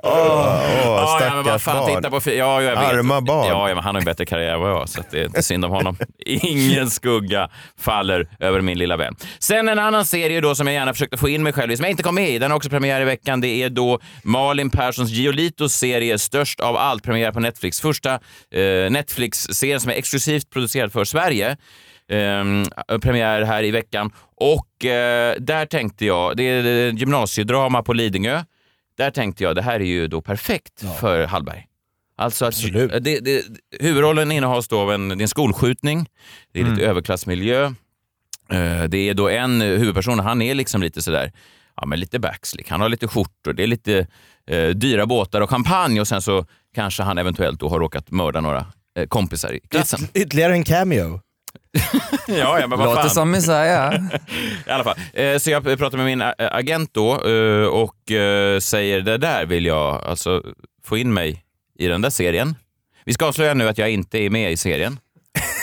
S5: Åh, ja, ja, men vad
S7: stackars
S5: fan,
S7: barn.
S5: titta på fi- ja, jag vet.
S7: Arma barn.
S5: Ja, ja, men han har en bättre karriär än vad jag har, så att det är inte synd om honom. Ingen skugga faller över min lilla vän. Sen en annan serie då som jag gärna försökte få in mig själv i, som jag inte kom med i. Den har också premiär i veckan. Det är då Malin Perssons Giolitos serie Störst av allt, premiär på Netflix. Första eh, Netflix-serien som är exklusivt producerad för Sverige. Ehm, premiär här i veckan. Och eh, där tänkte jag, det är eh, gymnasiedrama på Lidingö. Där tänkte jag, det här är ju då perfekt för Hallberg. Alltså att, det, det, huvudrollen innehas då av en, det är en skolskjutning, det är lite överklassmiljö. Eh, Det är då en eh, huvudperson, han är liksom lite sådär, ja men lite backslick, han har lite skjortor, det är lite eh, dyra båtar och champagne och sen så kanske han eventuellt då har råkat mörda några eh, kompisar i klassen.
S6: Ytterligare en cameo.
S5: Ja, ja, men vad
S6: Låter
S5: fan.
S6: som
S8: Messiah.
S5: I alla fall. Eh, Så jag pratar med min ä- agent då eh, och eh, säger det där vill jag alltså få in mig i den där serien. Vi ska avslöja nu att jag inte är med i serien.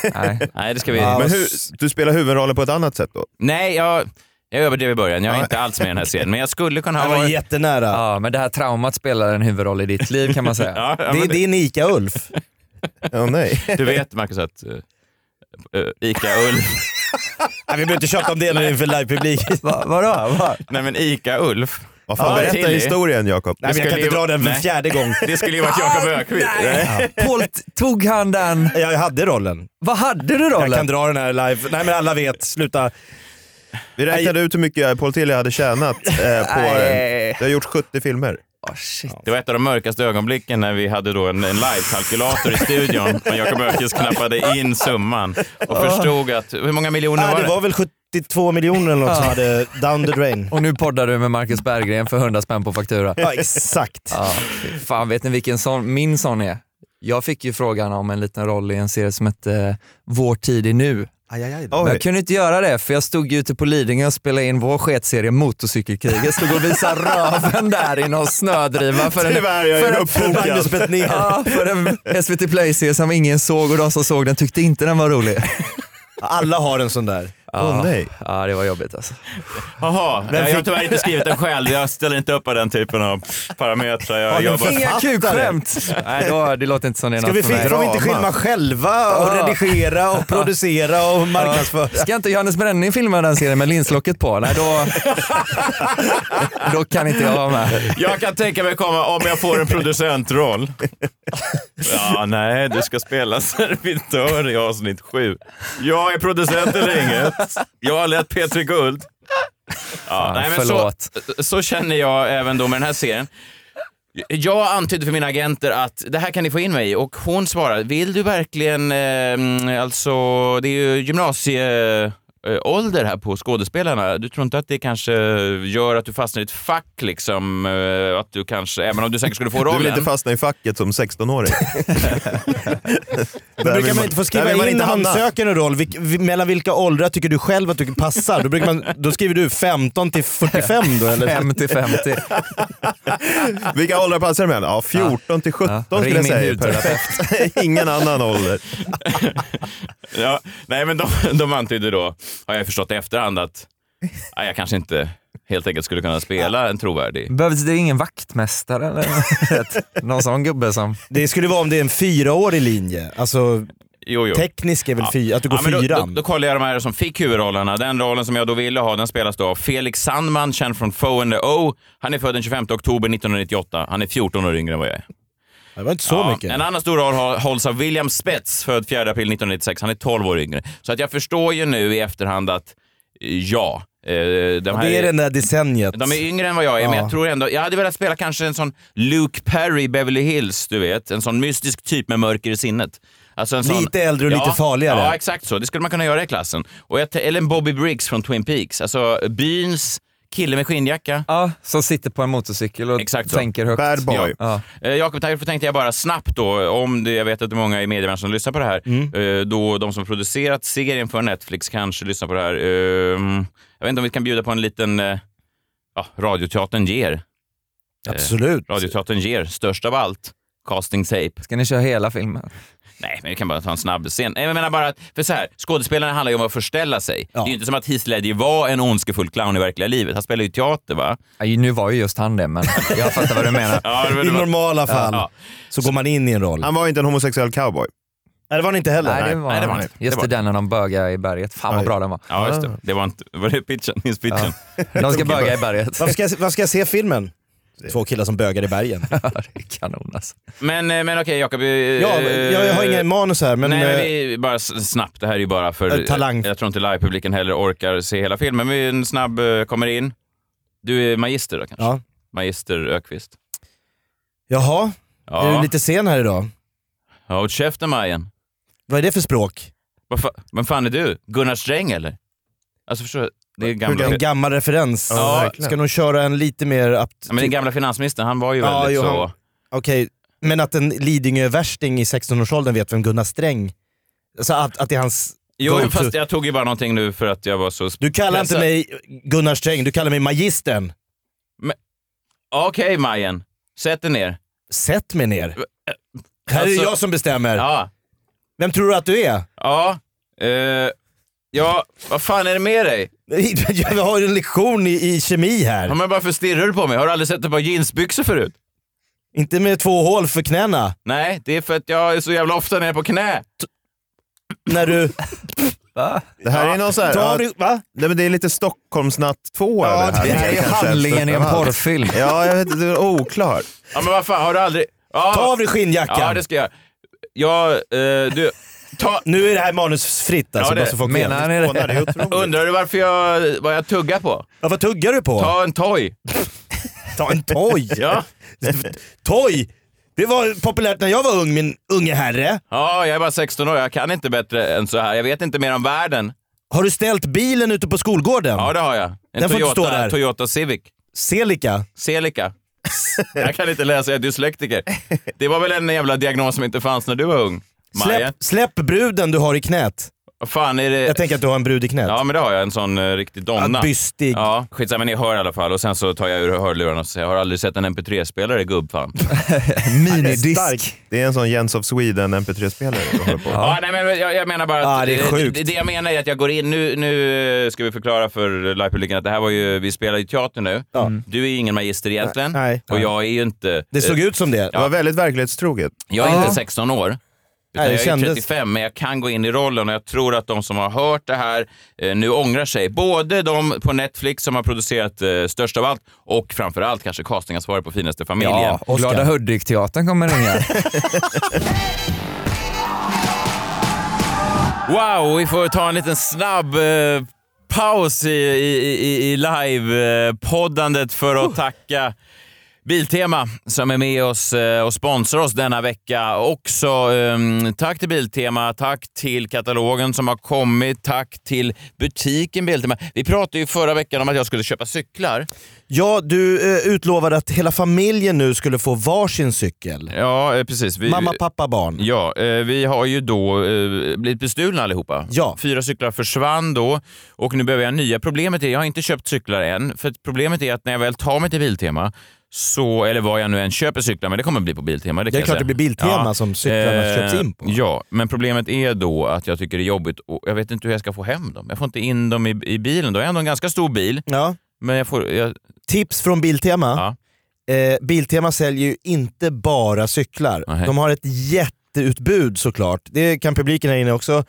S8: Nej,
S5: Nej det ska vi...
S7: Men hur, du spelar huvudrollen på ett annat sätt då?
S5: Nej, jag, jag överdrev i början. Jag är inte alls med i den här serien, men jag skulle kunna ha varit...
S6: jättenära.
S8: Ja, men det här traumat spelar en huvudroll i ditt liv kan man säga.
S5: Ja, ja, Det är men-
S6: din Ica-Ulf.
S7: Åh nej.
S5: Du vet Marcus att eh, eh, Ica-Ulf...
S6: Nej, vi behöver inte tjata om det nu inför livepublik.
S8: Va, vadå? Va?
S5: Nej men Ica-Ulf.
S7: Vad fan, berätta historien, Jakob.
S6: Nej, men jag kan inte dra den för fjärde gången.
S5: Det skulle ju varit Jakob Ökvist.
S8: Paul, tog han den?
S6: Jag hade rollen.
S8: Vad hade du rollen?
S6: Jag kan dra den här live. Nej men alla vet, sluta.
S7: Vi räknade ut hur mycket Paul Tilly hade tjänat eh, på...
S6: Nej.
S7: Du har gjort 70 filmer.
S8: Ah,
S5: Det var ett av de mörkaste ögonblicken när vi hade då en, en live-kalkylator i studion. Men Jakob Ökvist knappade in summan och förstod att... Hur många miljoner
S6: Nej,
S5: var
S6: det var väl 72 miljoner eller något som hade down the drain.
S8: Och nu poddar du med Marcus Berggren för 100 spänn på faktura.
S6: Ja exakt.
S8: Ja, fy fan, vet ni vilken sån min sån är? Jag fick ju frågan om en liten roll i en serie som hette eh, Vår tid är nu. Men jag kunde inte göra det för jag stod ju ute på Lidingö och spelade in vår sketserie Motorcykelkriget. Jag Stod och visade röven där i någon snödriva för en,
S7: Tyvärr, jag är
S8: för en,
S7: uppfokad.
S6: Magnus Betnér.
S8: alltså. ja, för en SVT Play-serie som ingen såg och de som såg den tyckte inte den var rolig.
S6: Alla har en sån där.
S7: Åh nej.
S8: Ja, det var jobbigt alltså.
S5: Jaha, jag har tyvärr inte skrivit den själv. Jag ställer inte upp på den typen av parametrar. Jag jobbar...
S8: Inga kukskämt! Nej, då, det låter inte som det är
S6: Ska
S8: något
S6: vi
S8: för mig.
S6: fi- får vi inte filma själva och redigera och producera och marknadsföra?
S8: Ska inte Johannes Bränning filma den serien med linslocket på? Nej, då, då kan inte jag vara med.
S5: Jag kan tänka mig komma om jag får en producentroll. Ja, nej, du ska spela servitör i avsnitt sju. Jag är producent eller inget. Jag har lett P3 Guld. Ja, nej, men så,
S8: förlåt.
S5: så känner jag även då med den här serien. Jag antydde för mina agenter att det här kan ni få in mig i och hon svarade, vill du verkligen, eh, alltså det är ju gymnasie eh, ålder här på skådespelarna. Du tror inte att det kanske gör att du fastnar i ett fack liksom? eh, Att du kanske, även om du säkert skulle få
S7: Du
S5: rollen.
S7: vill inte fastna i facket som 16-åring.
S6: Då brukar man inte få
S7: där
S6: skriva
S7: vill man
S6: in när
S7: inte
S6: man
S7: hamna.
S6: söker en roll, vilk, vi- mellan vilka åldrar tycker du själv att du passar? Då, brukar man, då skriver du 15 till 45 då eller?
S8: 50-50.
S7: Vilka åldrar passar det mellan? Ja, 14 till 17
S8: Ja,
S7: skulle
S8: ring
S7: jag
S8: min
S7: säga.
S8: hudterapeut.
S7: Perfekt. Ingen annan ålder.
S5: Ja, nej, men de, de antydde då, har jag förstått i efterhand, att ja, jag kanske inte helt enkelt skulle kunna spela en trovärdig.
S8: Behövs det ingen vaktmästare eller något? någon sån gubbe som...
S6: Det skulle vara om det är en fyraårig linje. Alltså
S5: Jo, jo.
S6: teknisk är väl fy, att du går
S5: men då, då,
S6: fyran.
S5: då kollade jag de här som fick huvudrollerna. Den rollen som jag då ville ha, den spelas då av Felix Sandman, känd från Foe and the O. Han är född den 25 oktober 1998. Han är 14 år yngre än vad jag är.
S6: det var inte så
S5: Ja,
S6: mycket.
S5: En annan stor roll har- hålls av William Spets, född 4 april 1996. Han är 12 år yngre. Så att jag förstår ju nu i efterhand att, eh, ja. eh, De här
S6: det är det där decenniet.
S5: De är yngre än vad jag är, men jag tror ändå... Jag hade velat spela kanske en sån Luke Perry i Beverly Hills, du vet. En sån mystisk typ med mörker i sinnet. Alltså en sån,
S6: Lite äldre och lite farligare.
S5: Ja, exakt så. Det skulle man kunna göra i klassen. Och jag, t- eller en Bobby Briggs från Twin Peaks. Alltså byns kille med skinnjacka.
S8: Ja, som sitter på en motorcykel och
S5: Exakt så.
S8: tänker högt.
S7: Bad boy.
S8: Ja.
S5: Eh, Jakob, därför tänkte jag bara snabbt då, om det, jag vet att det är många i mediebranschen som lyssnar på det här,
S6: Mm.
S5: eh, då de som producerat serien för Netflix kanske lyssnar på det här. Ehm, jag vet inte om vi kan bjuda på en liten, eh, ja, Radioteatern ger.
S6: Absolut.
S5: Eh, Radioteatern ger, störst av allt, casting tape.
S8: Ska ni köra hela filmen?
S5: Nej, men vi kan bara ta en snabb scen. Nej, men Jag menar bara att, för så här, skådespelarna handlar ju om att förställa sig. Det är ju inte som att Heath Ledger var en ondskefull clown i verkliga livet. Han spelar ju teater, va?
S8: nu var ju just han det, men jag fattar vad du menar.
S6: I normala fall
S5: Ja.
S6: så går man in i en roll.
S7: Han var ju inte en homosexuell cowboy.
S6: Nej, det var han inte heller.
S8: Nej, det var, han inte. Just det, den när de bögar i berget. Fan vad bra den var.
S5: Ja, just
S6: Ah.
S5: det. Det var inte... Var det pitchen? Minns pitchen?
S8: De ska böga i berget.
S6: Varför ska, jag, varför ska jag se filmen? Två killar som bögar i bergen.
S8: Kanon alltså.
S5: Men, eh, men okej, Jakob. eh,
S6: Ja, jag, jag har inga manus här, men...
S5: Nej, men
S6: eh,
S5: vi, bara s- snabbt. Det här är ju bara för...
S6: Eh, talang.
S5: Jag tror inte livepubliken heller orkar se hela filmen. Men vi en snabb eh, kommer in. Du är magister då kanske?
S6: Ja.
S5: Magister Ökvist.
S6: Jaha,
S5: Ja.
S6: är du lite sen här idag?
S5: Ja, åt käften Majen.
S6: Vad är det för språk?
S5: Vad fa- Vem fan är du? Gunnar Sträng eller? Alltså förstår du? Det är gamla...
S6: En gammal referens.
S5: Ja, verkligen.
S6: ska nog köra en lite mer... Up-
S5: Ja, men den gamla finansministern, han var ju väldigt
S6: jo,
S5: så...
S6: han- Okej, men att en Lidingö-värsting i 16-årsåldern vet vem Gunnar Sträng... Alltså att, att det är hans...
S5: Jo,
S6: go-to.
S5: fast jag Alltså- tog ju bara någonting nu för att jag var så...
S6: Du kallar inte mig Gunnar Sträng, du kallar mig magistern.
S5: Okej Majen, sätt dig ner.
S6: Sätt mig ner.
S5: Äh,
S6: Här är
S5: Alltså-
S6: det jag som bestämmer.
S5: Ja.
S6: Vem tror du att du är?
S5: Ja. eh, ja, vad fan är det med dig?
S6: Jag har en lektion i, i kemi här.
S5: Ja, men varför stirrar du på mig? Har du aldrig sett ett par jeansbyxor förut?
S6: Inte med två hål för knäna.
S5: Nej, det är för att jag är så jävla ofta nere på knä.
S6: När du...
S7: Det här är någon så här,
S6: Då har
S7: ja,
S6: du, va?
S7: nej, men det är lite Stockholmsnatt 2
S6: Ja,
S7: över
S6: det
S7: här.
S6: är ju
S7: Kanske.
S8: handlingen i en
S7: Ja.
S8: porrfilm.
S7: Ja, jag vet, det är oklart.
S5: Ja, men vad fan, har du aldrig... Ja,
S6: Ta av dig skinnjackan.
S5: ja det ska jag. Ja, eh, du... Ta...
S6: Nu är det här manusfritt alltså,
S5: Ja, det-
S6: bara så folk vet.
S8: Menar han är
S7: Åh, nej,
S8: det?
S7: det är otroligt.
S5: Undrar du varför jag... Vad jag tuggar på?
S6: Ja, vad tuggar du på?
S5: Ta en toy.
S6: Ta en toj!
S5: Ja.
S6: Toj! Det var populärt när jag var ung, min unge herre.
S5: Ja, jag är bara 16 år. Jag kan inte bättre än så här. Jag vet inte mer om världen.
S6: Har du ställt bilen ute på skolgården?
S5: Ja, det har jag. En
S6: Den får inte
S5: Toyota,
S6: stå där.
S5: Toyota Civic.
S6: Celica?
S5: Celica. jag kan inte läsa, jag är dyslektiker. Det var väl en jävla diagnos som inte fanns när du var ung? Maja?
S6: Släpp, släpp bruden du har i knät.
S5: Vad fan är
S6: Jag
S5: det?
S6: tänker att du har en brud i knät.
S5: Ja, men det har jag. En sån eh, riktig donna.
S6: Ja, bystig.
S5: Ja, skitsamma, ni hör i alla fall. Och sen så tar jag ur hörlurarna och säger, jag har aldrig sett en MP3-spelare gubbfan.
S8: Minidisk.
S7: Det är en sån Jens of Sweden MP3-spelare du håller på med.
S5: Ja, nej, men jag, jag menar bara att...
S6: Ah, det är sjukt.
S5: Det, det jag menar är att jag går in... Nu, nu eh, ska vi förklara för livepubliken att det här var ju... Vi spelar ju teater nu. Du är ju ingen magister egentligen.
S6: Mm. Nej.
S5: Och jag är ju inte...
S6: Det såg
S5: eh,
S6: ut som det.
S7: Det var väldigt verklighetstroget.
S5: Jag är inte 16 år. Utan
S6: Nej,
S5: jag
S6: det
S5: är
S6: kändes-
S5: 35, men jag kan gå in i rollen och jag tror att de som har hört det här eh, nu ångrar sig. Både de på Netflix som har producerat eh, Störst av allt och framförallt kanske castingansvarig på Finaste familjen.
S8: Ja, och Glada Hudik-teatern kommer ringa.
S5: Wow, vi får ta en liten snabb eh, paus i, i, i, i live-poddandet för att tacka Biltema som är med oss eh, och sponsrar oss denna vecka. Också ehm, tack till Biltema, tack till katalogen som har kommit, tack till butiken Biltema. Vi pratade ju förra veckan om att jag skulle köpa cyklar.
S6: Ja, du eh, utlovade att hela familjen nu skulle få varsin cykel.
S5: Ja, eh, precis. Vi,
S6: Mamma, pappa, barn.
S5: Ja, eh, vi har ju då eh, blivit bestulna allihopa.
S6: Ja.
S5: Fyra cyklar försvann då och nu behöver jag nya. Problemet är, jag har inte köpt cyklar än, för att problemet är att när jag väl tar mig till Biltema så, eller var jag nu än köper cyklar, men det kommer bli på Biltema. Det, kan
S6: Det är
S5: jag
S6: klart
S5: säga. Eh,
S6: det blir Biltema som cyklarna köps in på.
S5: Ja, men problemet är då att jag tycker det är jobbigt och jag vet inte hur jag ska få hem dem. Jag får inte in dem i, i bilen. Då har jag ändå en ganska stor bil,
S6: Ja.
S5: men jag får... Jag,
S6: Tips från Biltema. Eh, Biltema säljer ju inte bara cyklar.
S5: Nej.
S6: De har ett jätteutbud såklart. Det kan publiken här inne också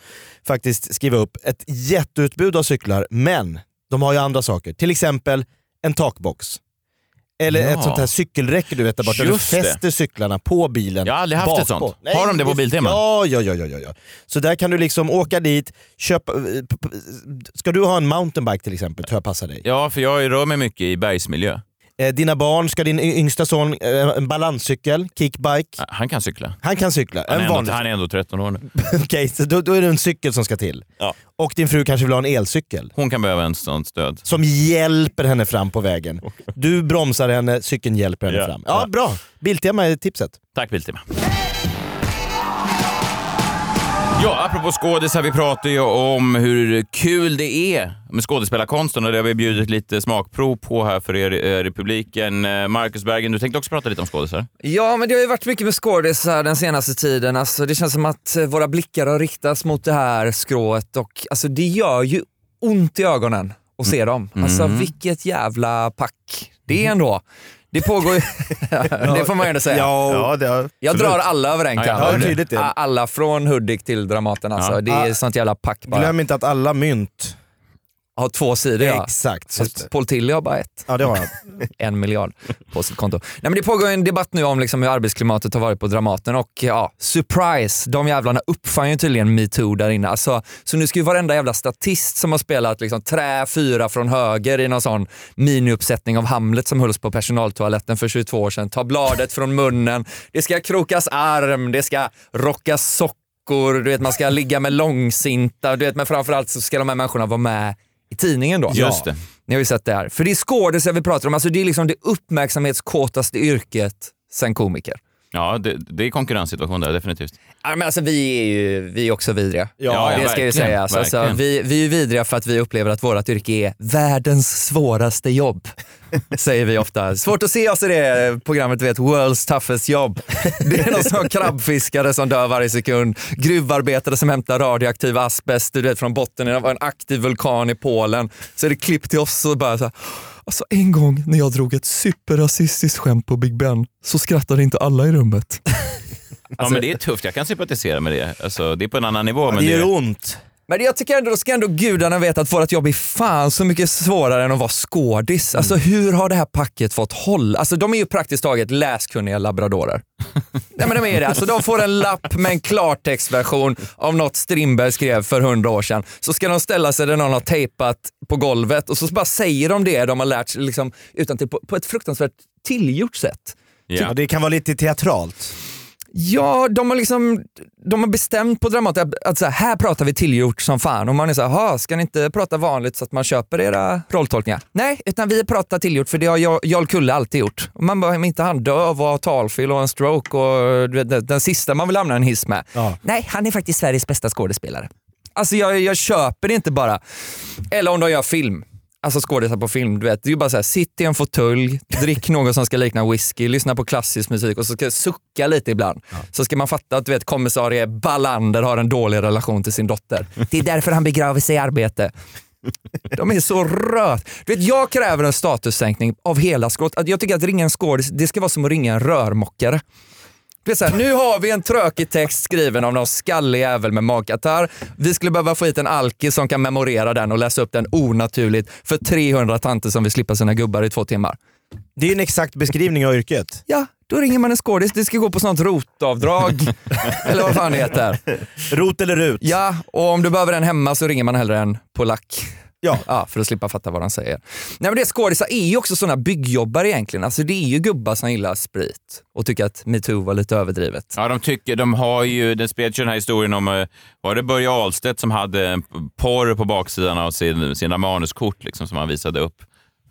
S6: faktiskt skriva upp. Ett jätteutbud av cyklar, men de har ju andra saker. Till exempel en takbox. Eller
S5: Ja.
S6: ett sånt här cykelräcke du vet där borta, där du
S5: Just det.
S6: fäster cyklarna på bilen.
S5: Jag har aldrig haft ett sånt. Har de det på Biltema?
S6: Ja, ja, ja, ja, ja, ja. Så där kan du liksom åka dit, köpa... eh, p- p- Ska du ha en mountainbike till exempel, tror jag passar dig.
S5: ja, för jag rör mig mycket i bergsmiljö.
S6: Eh, dina barn, ska din y- yngsta son eh, en balanscykel, kickbike?
S5: Han kan cykla.
S6: Han kan cykla,
S5: Han är,
S6: en
S5: ändå,
S6: vanlig.
S5: han är ändå 13 år nu.
S6: Okej, så då, då är det en cykel som ska till.
S5: Ja.
S6: Och din fru kanske vill ha en elcykel
S5: Hon kan behöva en sån stöd.
S6: som hjälper henne fram på vägen. Du bromsar henne, cykeln hjälper henne
S5: Ja.
S6: fram. Ja,
S5: Ja.
S6: bra! Biltema är tipset.
S5: Tack Biltema. Ja, apropå skådisar, vi pratar ju om hur kul det är med skådespelarkonsten och det har vi bjudit lite smakprov på här för er eh, i publiken. Eh, Marcus Bergen, du tänkte också prata lite om skådisar.
S8: Ja, men det har ju varit mycket med skådisar den senaste tiden. Alltså, det känns som att eh, våra blickar har riktats mot det här skrået och alltså, det gör ju ont i ögonen att se dem. Alltså
S13: Mm.
S8: vilket jävla pack det är ändå. Det pågår ju... det får man ju ändå säga.
S6: Ja, Ja, det har-
S8: jag
S6: absolut.
S8: drar alla över en
S6: Ja, jag hör
S8: kam.
S6: tydligt det.
S8: Alla från Hudik till Dramaten alltså.
S6: Ja.
S8: Det är
S6: Ah.
S8: sånt jävla pack bara.
S6: Glöm inte att alla mynt...
S8: Har två sidor ja.
S6: Exakt.
S8: Fast Paul Tilly har bara ett.
S6: Ja, det har han.
S8: en miljard på sitt konto. Nej, men det pågår en debatt nu om liksom hur arbetsklimatet har varit på Dramaten och ja, surprise, de jävlarna uppfann ju tydligen metoo där inne. Alltså, så nu ska ju varenda jävla statist som har spelat liksom, trä fyra från höger i någon sån miniuppsättning av Hamlet som hölls på personaltoaletten för 22 år sedan ta bladet från munnen, det ska krokas arm, det ska rockas sockor, du vet, man ska ligga med långsinta, du vet, men framförallt så ska de här människorna vara med i tidningen då.
S5: Just det.
S8: Ni har ju sett det här. För det är skådisar vi pratar om. Alltså det är liksom det uppmärksamhetskåtaste yrket sen komiker.
S5: Ja, det, det är konkurrenssituation där, definitivt.
S8: Ja, Men alltså, vi är ju vi är också vidriga.
S5: Ja, ja,
S8: det ska ju
S5: verkligen,
S8: sägas. Alltså,
S5: verkligen.
S8: vi, vi är ju vidriga för att vi upplever att vårt yrke är världens svåraste jobb. Säger vi ofta. Svårt att se oss i det programmet, du vet, World's toughest job. Det är någon sån krabbfiskare som dör varje sekund, gruvarbetare som hämtar radioaktiv asbest du vet, från botten av en aktiv vulkan i Polen. Så är det klipp till oss och bara så här, Alltså en gång när jag drog ett superrasistiskt skämt på Big Ben så skrattade inte alla i rummet.
S5: ja, men det är tufft. Jag kan sympatisera med det. Alltså, det är på en annan nivå. men
S6: ont.
S8: Men jag tycker ändå, då ska ändå gudarna veta att vårt jobb är fan så mycket svårare än att vara skådis. Alltså hur har det här packet fått håll? Alltså de är ju praktiskt taget läskunniga labradorer. Nej men de är det. Alltså de får en lapp med en klartextversion av något Strindberg skrev för hundra år sedan. Så ska de ställa sig där någon har tejpat på golvet och så bara säger de det de har lärt sig liksom, utan till, på, på ett fruktansvärt tillgjort sätt.
S6: Ja, det kan vara lite teatralt.
S8: Ja, de har liksom de har bestämt på Dramaten att, att så här, här pratar vi tillgjort som fan. Och man är så här, "Ha, ska ni inte prata vanligt så att man köper era rolltolkningar? Nej, utan vi pratar tillgjort för det har jag- Jarl Kulle alltid gjort. Och man bara, men inte han döv och har talfel och en stroke och du vet, den, den sista man vill hamna i en hiss med. Nej, han är faktiskt Sveriges bästa skådespelare. Alltså jag, jag köper det inte bara. Eller om de gör film. Alltså skådisar på film, du vet. Det är ju bara såhär, sitt i en fåtölj, drick något som ska likna whisky, lyssna på klassisk musik och så ska jag sucka lite ibland. Så ska man fatta att du vet, kommissarie Ballander har en dålig relation till sin dotter. Det är därför han begraver sig i arbete. De är så röt. Du vet, jag kräver en statussänkning av hela skådet. Att Jag tycker att ringa en skådis, det ska vara som att ringa en rörmokare. Det är så här, nu har vi en trökig text skriven av någon skallig jävel med magkatarr. Vi skulle behöva få hit en alkis som kan memorera den och läsa upp den onaturligt för 300 tanter som vill slippa sina gubbar i två timmar.
S6: Det är en exakt beskrivning av yrket.
S8: Ja, då ringer man en skådis. Det ska gå på sånt rotavdrag. eller vad fan det heter.
S6: Rot eller rut.
S8: Ja, och om du behöver en hemma så ringer man hellre en polack.
S6: Ja.
S8: ja, för att slippa fatta vad de säger. Nej men det skådisar är ju också såna byggjobbare egentligen. Alltså det är ju gubbar som gillar sprit och tycker att metoo var lite överdrivet.
S5: Ja, de tycker, de har ju, den spreds ju den här historien om, eh, var det Börje Ahlstedt som hade en p- porr på baksidan av sin, sina manuskort liksom, som han visade upp?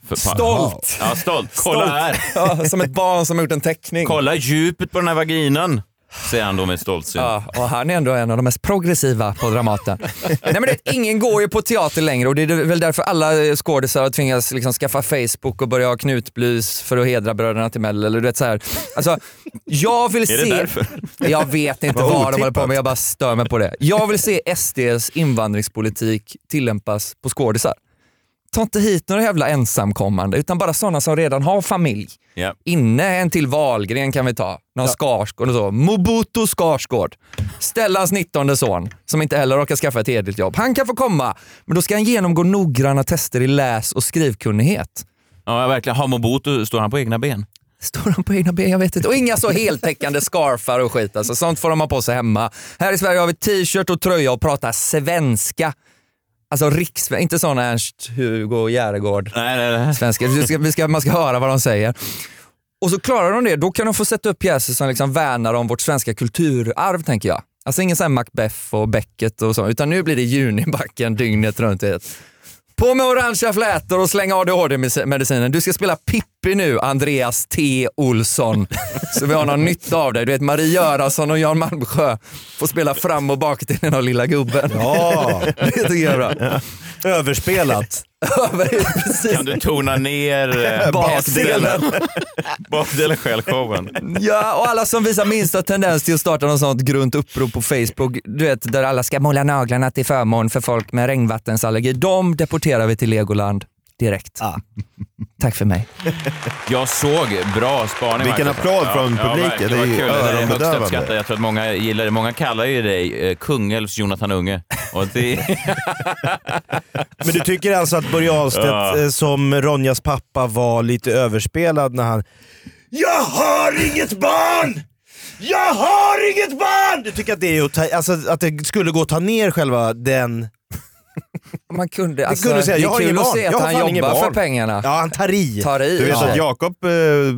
S5: För-
S8: Stolt!
S5: Ja, stolt. Kolla
S8: Stolt.
S5: här!
S8: Ja, som ett barn som har gjort en teckning.
S5: Kolla djupet på den här vaginan, säger han då med stoltsyn.
S8: Ja, och han är ändå en av de mest progressiva på Dramaten. Nej, men det, ingen går ju på teater längre och det är väl därför alla eh, skådisar har tvingats liksom skaffa Facebook och börja ha knutblus för att hedra bröderna Timell. Eller du vet så här. Alltså, jag vill
S5: Är det
S8: se...
S5: därför?
S8: Jag vet inte
S5: Vad
S8: vad, de håller på
S5: otippat.
S8: med, jag bara stör mig på det. Jag vill se SDs invandringspolitik tillämpas på skådisar. Ta inte hit några jävla ensamkommande utan bara sådana som redan har familj.
S5: Ja.
S8: Inne en till Valgren kan vi ta. Någon Skarsgård och så. Mobutu Skarsgård. Stellans 19 son, som inte heller orkar skaffa ett hederligt jobb. Han kan få komma, men då ska han genomgå noggranna tester i läs och skrivkunnighet.
S5: Ja, verkligen. Har Mobutu, står han på egna ben?
S8: Står han på egna ben? Jag vet inte. Och inga så heltäckande scarfar och skit. Alltså, sånt får de ha på sig hemma. Här i Sverige har vi t-shirt och tröja och pratar svenska. Alltså riks... Inte såna Ernst-Hugo Järegård.
S5: Nej, nej, nej.
S8: Svenska. Vi ska, vi ska, man ska höra vad de säger. Och så klarar de det, då kan de få sätta upp pjäser som liksom värnar om vårt svenska kulturarv tänker jag. Alltså ingen sån här Macbeth och Beckett och så, utan nu blir det Junibacken dygnet runt. vet. På med orangea flätor och släng ADHD-medicinen. Du ska spela Pippi nu, Andreas T. Olsson. Så vi har någon nytta av dig. Du vet Marie Göransson och Jan Malmsjö får spela fram och bak till den här lilla gubben.
S6: Ja.
S8: Det tycker jag är bra.
S6: Överspelat.
S5: Kan du tona ner eh,
S8: Bakdelen.
S5: bakdelen? bakdelen skällshowen.
S8: Ja, och alla som visar minsta tendens till att starta något sånt grunt upprop på Facebook, du vet där alla ska måla naglarna till förmån för folk med regnvattensallergi, de deporterar vi till Legoland direkt. Tack för mig.
S5: Jag såg bra spaning.
S7: Vilken
S5: Marcus.
S7: applåd från publiken.
S5: verkligen.
S7: Det är
S5: var
S7: ju
S5: kul. där är högst
S7: öronbedövande.
S5: uppskattat. Jag tror att många gillar det. Många kallar ju dig eh, Kungälvs Jonathan Unge. Och det...
S6: Men du tycker alltså att Börje Ahlstedt
S5: Ja.
S6: eh, som Ronjas pappa var lite överspelad när han “Jag har inget barn! Jag har inget barn!” Du tycker att det, är att ta, alltså, att det skulle gå att ta ner själva den...
S8: Man kunde,
S6: alltså,
S8: alltså,
S6: säga
S8: det är
S6: “Jag har
S8: kul
S6: inget
S8: att
S6: barn,
S8: se att
S6: jag har
S8: han
S6: fan inget
S8: jobbar
S6: barn”.
S8: för pengarna.
S6: Ja, han tar i.
S8: Tar i,
S7: Du vet
S8: ja.
S7: att Jakob eh,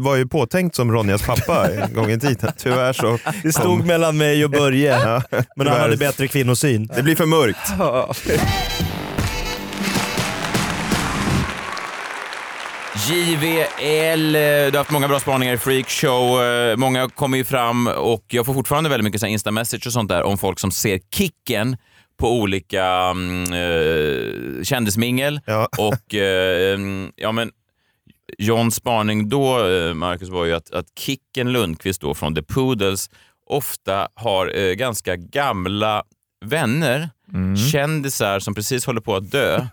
S7: var ju påtänkt som Ronjas pappa en gång i tiden. Tyvärr så...
S6: Det stod mellan mig och Börje,
S7: Ja,
S6: men han
S7: tyvärr.
S6: hade bättre kvinnosyn.
S7: Det blir för mörkt.
S5: JVL, eh, du har haft många bra spaningar i Freak Show. Eh, Många kommer ju fram och jag får fortfarande väldigt mycket så här Insta-message och sånt där om folk som ser kicken på olika mm, eh, kändismingel. Och eh, mm, ja, men Johns spaning då, eh, Marcus, var ju att, att Kicken Lundqvist då från The Poodles ofta har eh, ganska gamla vänner, kändisar som precis håller på att dö.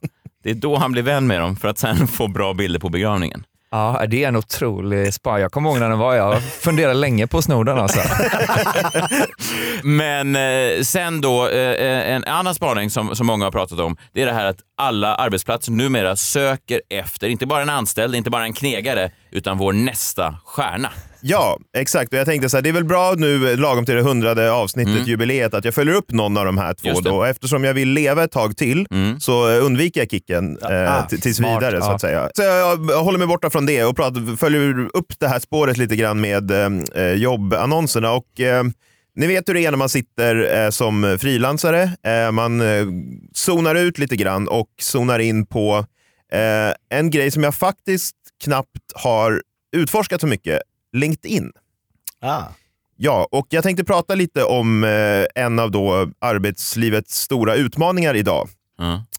S5: Det är då han blir vän med dem för att sen få bra bilder på begravningen.
S8: Ja, det är en otrolig spa. Jag kommer ihåg när den var, jag funderade länge på att sno den alltså.
S5: Men eh, sen då, eh, en annan spaning som, som många har pratat om, det är det här att alla arbetsplatser numera söker efter, inte bara en anställd, inte bara en knegare, utan vår nästa stjärna.
S7: Ja, exakt. Och jag tänkte så här, det är väl bra nu eh, lagom till det hundrade avsnittet, jubileet, att jag följer upp någon av de här två
S5: Mm. Just det. Mm.
S7: då. Och Eftersom jag vill leva ett tag till så eh, undviker jag kicken eh, t- tills
S8: smart,
S7: vidare så
S8: ja.
S7: att säga. Så jag, jag håller mig borta från det och pratar, följer upp det här spåret lite grann med eh, eh, jobbannonserna. Och, eh, ni vet hur det är när man sitter eh, som frilansare. Eh, man eh, zonar ut lite grann och zonar in på eh, en grej som jag faktiskt knappt har utforskat så mycket, LinkedIn.
S8: Ah.
S7: Ja, och jag tänkte prata lite om eh, en av då arbetslivets stora utmaningar idag.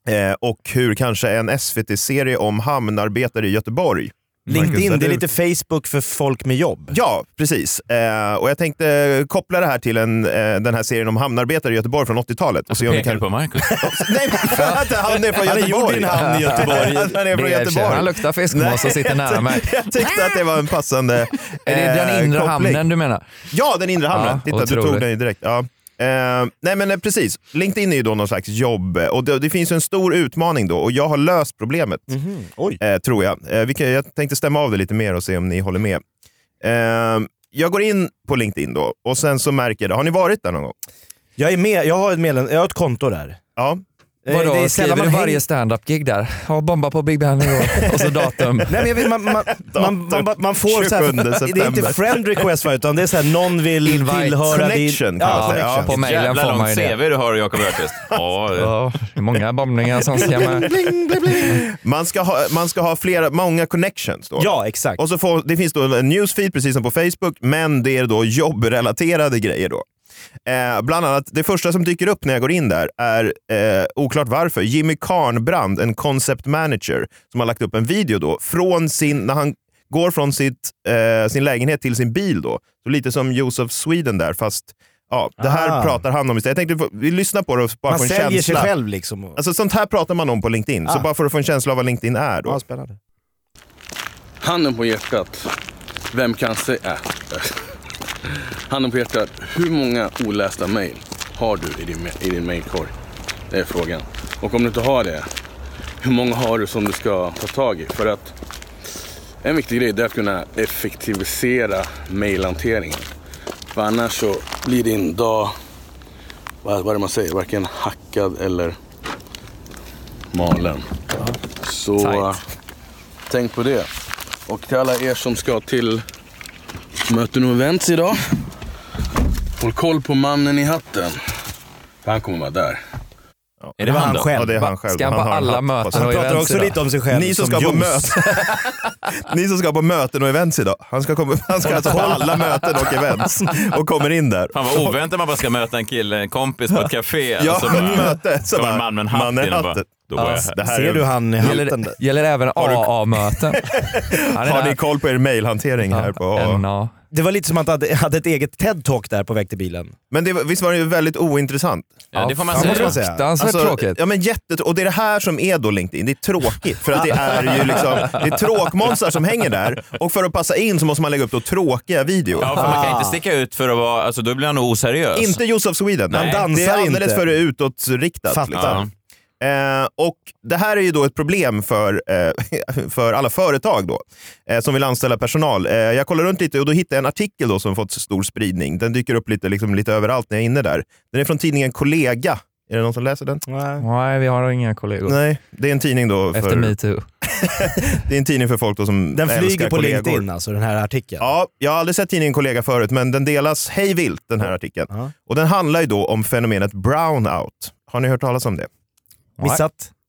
S7: Eh, och hur kanske en SVT-serie om hamnarbetare i Göteborg. Marcus, där
S6: LinkedIn, det är
S7: du-
S6: lite Facebook för folk med jobb.
S7: Ja, precis. Eh, och jag tänkte koppla det här till en, eh, den här serien om hamnarbetare i Göteborg från 80-talet. Och se om vi
S5: Pekar
S7: kan...
S5: du på Marcus?
S7: Nej, men för att han är från
S6: Han är gjord
S7: Göteborg.
S6: i en hamn i Göteborg.
S7: han är
S8: Det
S7: från
S8: är i och för sig-
S7: Göteborg.
S8: Han luktar fiskmås och sitter nära mig.
S7: Jag tyckte att det var en passande
S8: Är det den
S7: eh,
S8: inre
S7: koppling.
S8: hamnen du menar?
S7: Ja, den inre hamnen.
S8: Ja,
S7: Titta, du
S8: otroligt.
S7: tog den ju direkt. Ja. Eh, nej men eh, precis, LinkedIn är ju då någon slags jobb eh, och det, det finns ju en stor utmaning då och jag har löst problemet,
S8: Mhm.
S7: eh, tror jag. Eh, vi kan, jag tänkte stämma av det lite mer och se om ni håller med. Eh, jag går in på LinkedIn då och sen så märker jag, det. har ni varit där någon gång?
S6: Jag, är med, jag, har ett medlem, jag har ett konto där.
S7: Ja.
S6: Eh,
S8: Vadå,
S6: det är
S8: skriver
S6: sällan
S8: du
S6: man hänger-
S8: varje standup-gig där? Ja, bomba på Big Ben och, och så datum.
S6: Nej, men jag vet, man, man, man, man, man, man får så
S7: 27
S6: här, det är
S7: september.
S6: inte friend request va, utan det är så här, någon vill
S8: Invite.
S6: tillhöra
S7: Connection,
S6: din...
S7: kan man
S6: Ja,
S7: säga.
S6: connection.
S8: På mejlen
S5: Jävla
S8: får man
S5: lång
S8: ju det.
S5: CV du har, Jakob Öqvist. Ja, det-
S8: Ja, det är många bombningar som ska med.
S7: Man ska ha, man ska ha flera, många connections då.
S6: ja, exakt.
S7: Och så får, det finns då en newsfeed precis som på Facebook, men det är då jobbrelaterade grejer då. Eh, bland annat, det första som dyker upp när jag går in där är, eh, oklart varför, Jimmy Karnbrand, en concept manager, som har lagt upp en video då, från sin, när han går från sitt, eh, sin lägenhet till sin bil då. Så lite som Josef Sweden där, fast ja, det här
S6: Ah.
S7: pratar han om istället. Jag tänkte, vi lyssnar på det och bara
S6: Man
S7: få en
S6: säljer sig
S7: känsla.
S6: själv liksom. Och...
S7: Alltså sånt här pratar man om på LinkedIn, så
S6: Ah.
S7: bara för att få en känsla av vad LinkedIn är då.
S6: Ja, spännande.
S13: Handen på hjärtat. Vem kan säga... Äh. Handen på hjärtat. Hur många olästa mejl har du i din, i din mejlkorg? Det är frågan. Och om du inte har det, hur många har du som du ska ta tag i? För att en viktig grej det är att kunna effektivisera mejlhanteringen. För annars så blir din dag, vad, vad är det man säger, varken hackad eller malen. Så tänk på det. Och till alla er som ska till möten och events idag. Håll koll på mannen i hatten. För han kommer vara där.
S5: Är det han då?
S7: Ja, det är han själv.
S8: Ska han på
S7: har en
S8: alla
S7: hatt
S8: möten
S7: sig.
S8: och events idag?
S7: Ni som, ska på möten, ni som ska på möten och events idag. Han ska, komma, han ska alltså på alla möten och events och kommer in där.
S5: Fan vad oväntat man bara ska möta en kille, en kompis på ett café.
S7: Ja,
S5: och så Alltså, bara,
S7: ett möte. Så
S5: kommer
S7: bara,
S5: en man med en hatt
S7: man är
S5: in och bara,
S7: hatten.
S5: då var
S7: Ja,
S5: jag
S7: det
S5: här.
S7: här Ser är- du han i hatten
S5: Gäller-
S7: där?
S8: Gäller även
S7: Har du-
S8: AA-möten?
S7: Har ni koll på er mailhantering här på
S8: NA?
S6: Det var lite som att han hade- hade ett eget TED-talk där på väg till bilen.
S7: Men det, var- visst var det ju väldigt ointressant?
S6: Ja, det får man Ja, säga. måste man säga.
S7: Alltså,
S6: Fruktansvärt tråkigt.
S7: Ja, men jättet, och det är det här som är då LinkedIn, det är tråkigt. För att det är ju liksom, det är tråkmånsar som hänger där och för att passa in så måste man lägga upp då tråkiga videor.
S5: Ja, för man kan inte sticka ut för att vara, alltså då blir han nog oseriös.
S7: Inte Josef Sweden.
S5: Alltså. Nej.
S7: Han dansar det är alldeles för utåtriktat.
S5: Fattar.
S7: Liksom. Eh, och det här är ju då ett problem för, eh, för alla företag då, eh, som vill anställa personal. Eh, jag kollar runt lite och då hittade jag en artikel då som fått stor spridning. Den dyker upp lite, liksom, lite överallt när jag är inne där. Den är från tidningen Kollega. Är det någon som läser den?
S8: Nej, vi har inga kollegor.
S7: Nej, det är en tidning då. För,
S8: Mm. Efter metoo.
S7: det är en tidning för folk då som
S6: Den
S7: älskar
S6: flyger på
S7: kollegor.
S6: LinkedIn alltså, den här artikeln.
S7: Ja, jag har aldrig sett tidningen Kollega förut, men den delas hej vilt, den här artikeln. Och den handlar ju då om fenomenet brownout. Har ni hört talas om det?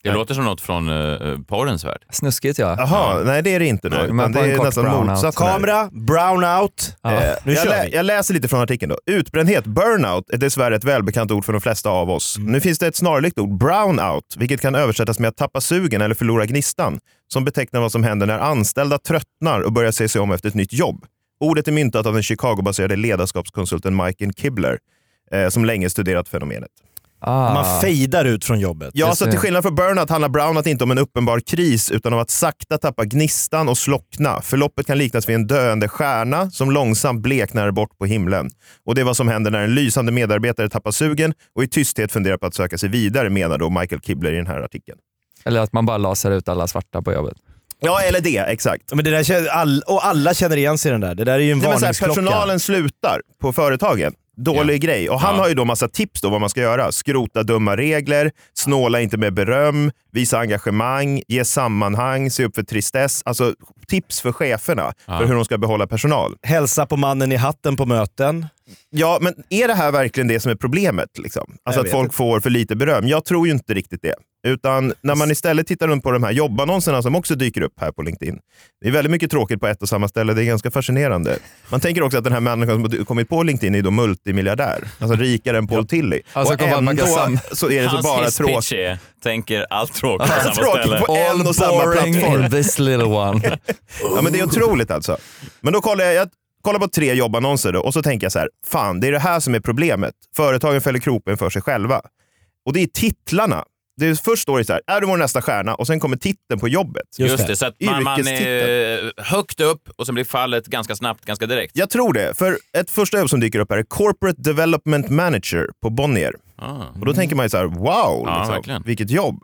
S5: Det låter som något från uh, porrens värld.
S8: Snuskigt ja.
S7: Jaha, nej det är det inte. Då,
S5: Nej,
S7: utan
S5: men
S7: det
S5: på en
S7: är
S5: kort
S7: nästan
S5: brownout.
S7: motsatsen. här.
S6: Kamera, brownout.
S7: Eh,
S6: Eh, nu
S7: jag,
S6: kör
S7: lä-
S6: vi.
S7: jag läser lite från artikeln. då. Utbrändhet, burnout, är dessvärre ett välbekant ord för de flesta av oss.
S6: Mm.
S7: Nu finns det ett snarlikt ord, brownout, vilket kan översättas med att tappa sugen eller förlora gnistan, som betecknar vad som händer när anställda tröttnar och börjar se sig om efter ett nytt jobb. Ordet är myntat av den Chicago-baserade ledarskapskonsulten Michael Kibler, eh, som länge studerat fenomenet.
S6: Man fejdar ut från jobbet.
S7: Ja, så till skillnad från burnout handlar brownout inte om en uppenbar kris utan om att sakta tappa gnistan och slockna. Förloppet kan liknas vid en döende stjärna som långsamt bleknar bort på himlen. Och det är vad som händer när en lysande medarbetare tappar sugen och i tysthet funderar på att söka sig vidare, menar då Michael Kibler i den här artikeln.
S8: Eller att man bara lasar ut alla svarta på jobbet.
S7: Ja, eller det. Exakt.
S6: Men det där känner, all, och alla känner igen sig i den där. Det där är ju en
S7: Nej, men så här,
S6: varningsklocka.
S7: personalen slutar på företagen. Dålig grej. Och han har ju då massa tips då vad man ska göra. Skrota dumma regler, snåla inte med beröm, visa engagemang, ge sammanhang, se upp för tristess. Alltså tips för cheferna för hur de ska behålla personal.
S6: Hälsa på mannen i hatten på möten.
S7: Ja, men är det här verkligen det som är problemet? Liksom?
S6: Jag
S7: Alltså att
S6: vet
S7: folk
S6: inte.
S7: får för lite beröm. Jag tror ju inte riktigt det. Utan när man istället tittar runt på de här jobbannonserna som också dyker upp här på LinkedIn. Det är väldigt mycket tråkigt på ett och samma ställe. Det är ganska fascinerande. Man tänker också att den här människan som kommit på LinkedIn är då multimiljardär. Alltså rikare än Paul Tilly.
S5: Alltså,
S7: och
S5: kom bara, man
S7: ändå
S5: kan sam-
S7: så är det så
S5: Hans
S7: bara
S5: hisspitch
S7: tråkigt.
S5: är, tänker allt tråkigt på
S7: Allt
S5: samma
S7: tråkigt
S5: ställe.
S7: på en och samma
S8: boring
S7: plattform.
S8: in this little one.
S7: Ja, men det är otroligt alltså. Men då kollar jag, jag kollar på tre jobbannonser då, och så tänker jag så här, fan det är det här som är problemet. Företagen fäller kroppen för sig själva. Och det är titlarna. Det är, först står det så här, är du vår nästa stjärna? Och sen kommer titeln på jobbet.
S5: Just, det. så att man, man
S7: Yrkestiteln.
S5: är eh, högt upp och sen blir fallet ganska snabbt, ganska direkt.
S7: Jag tror det, för ett första jobb som dyker upp här är Corporate Development Manager på Bonnier. Och då tänker man ju så här, wow,
S5: Ah. Ja,
S7: liksom,
S5: verkligen.
S7: vilket jobb.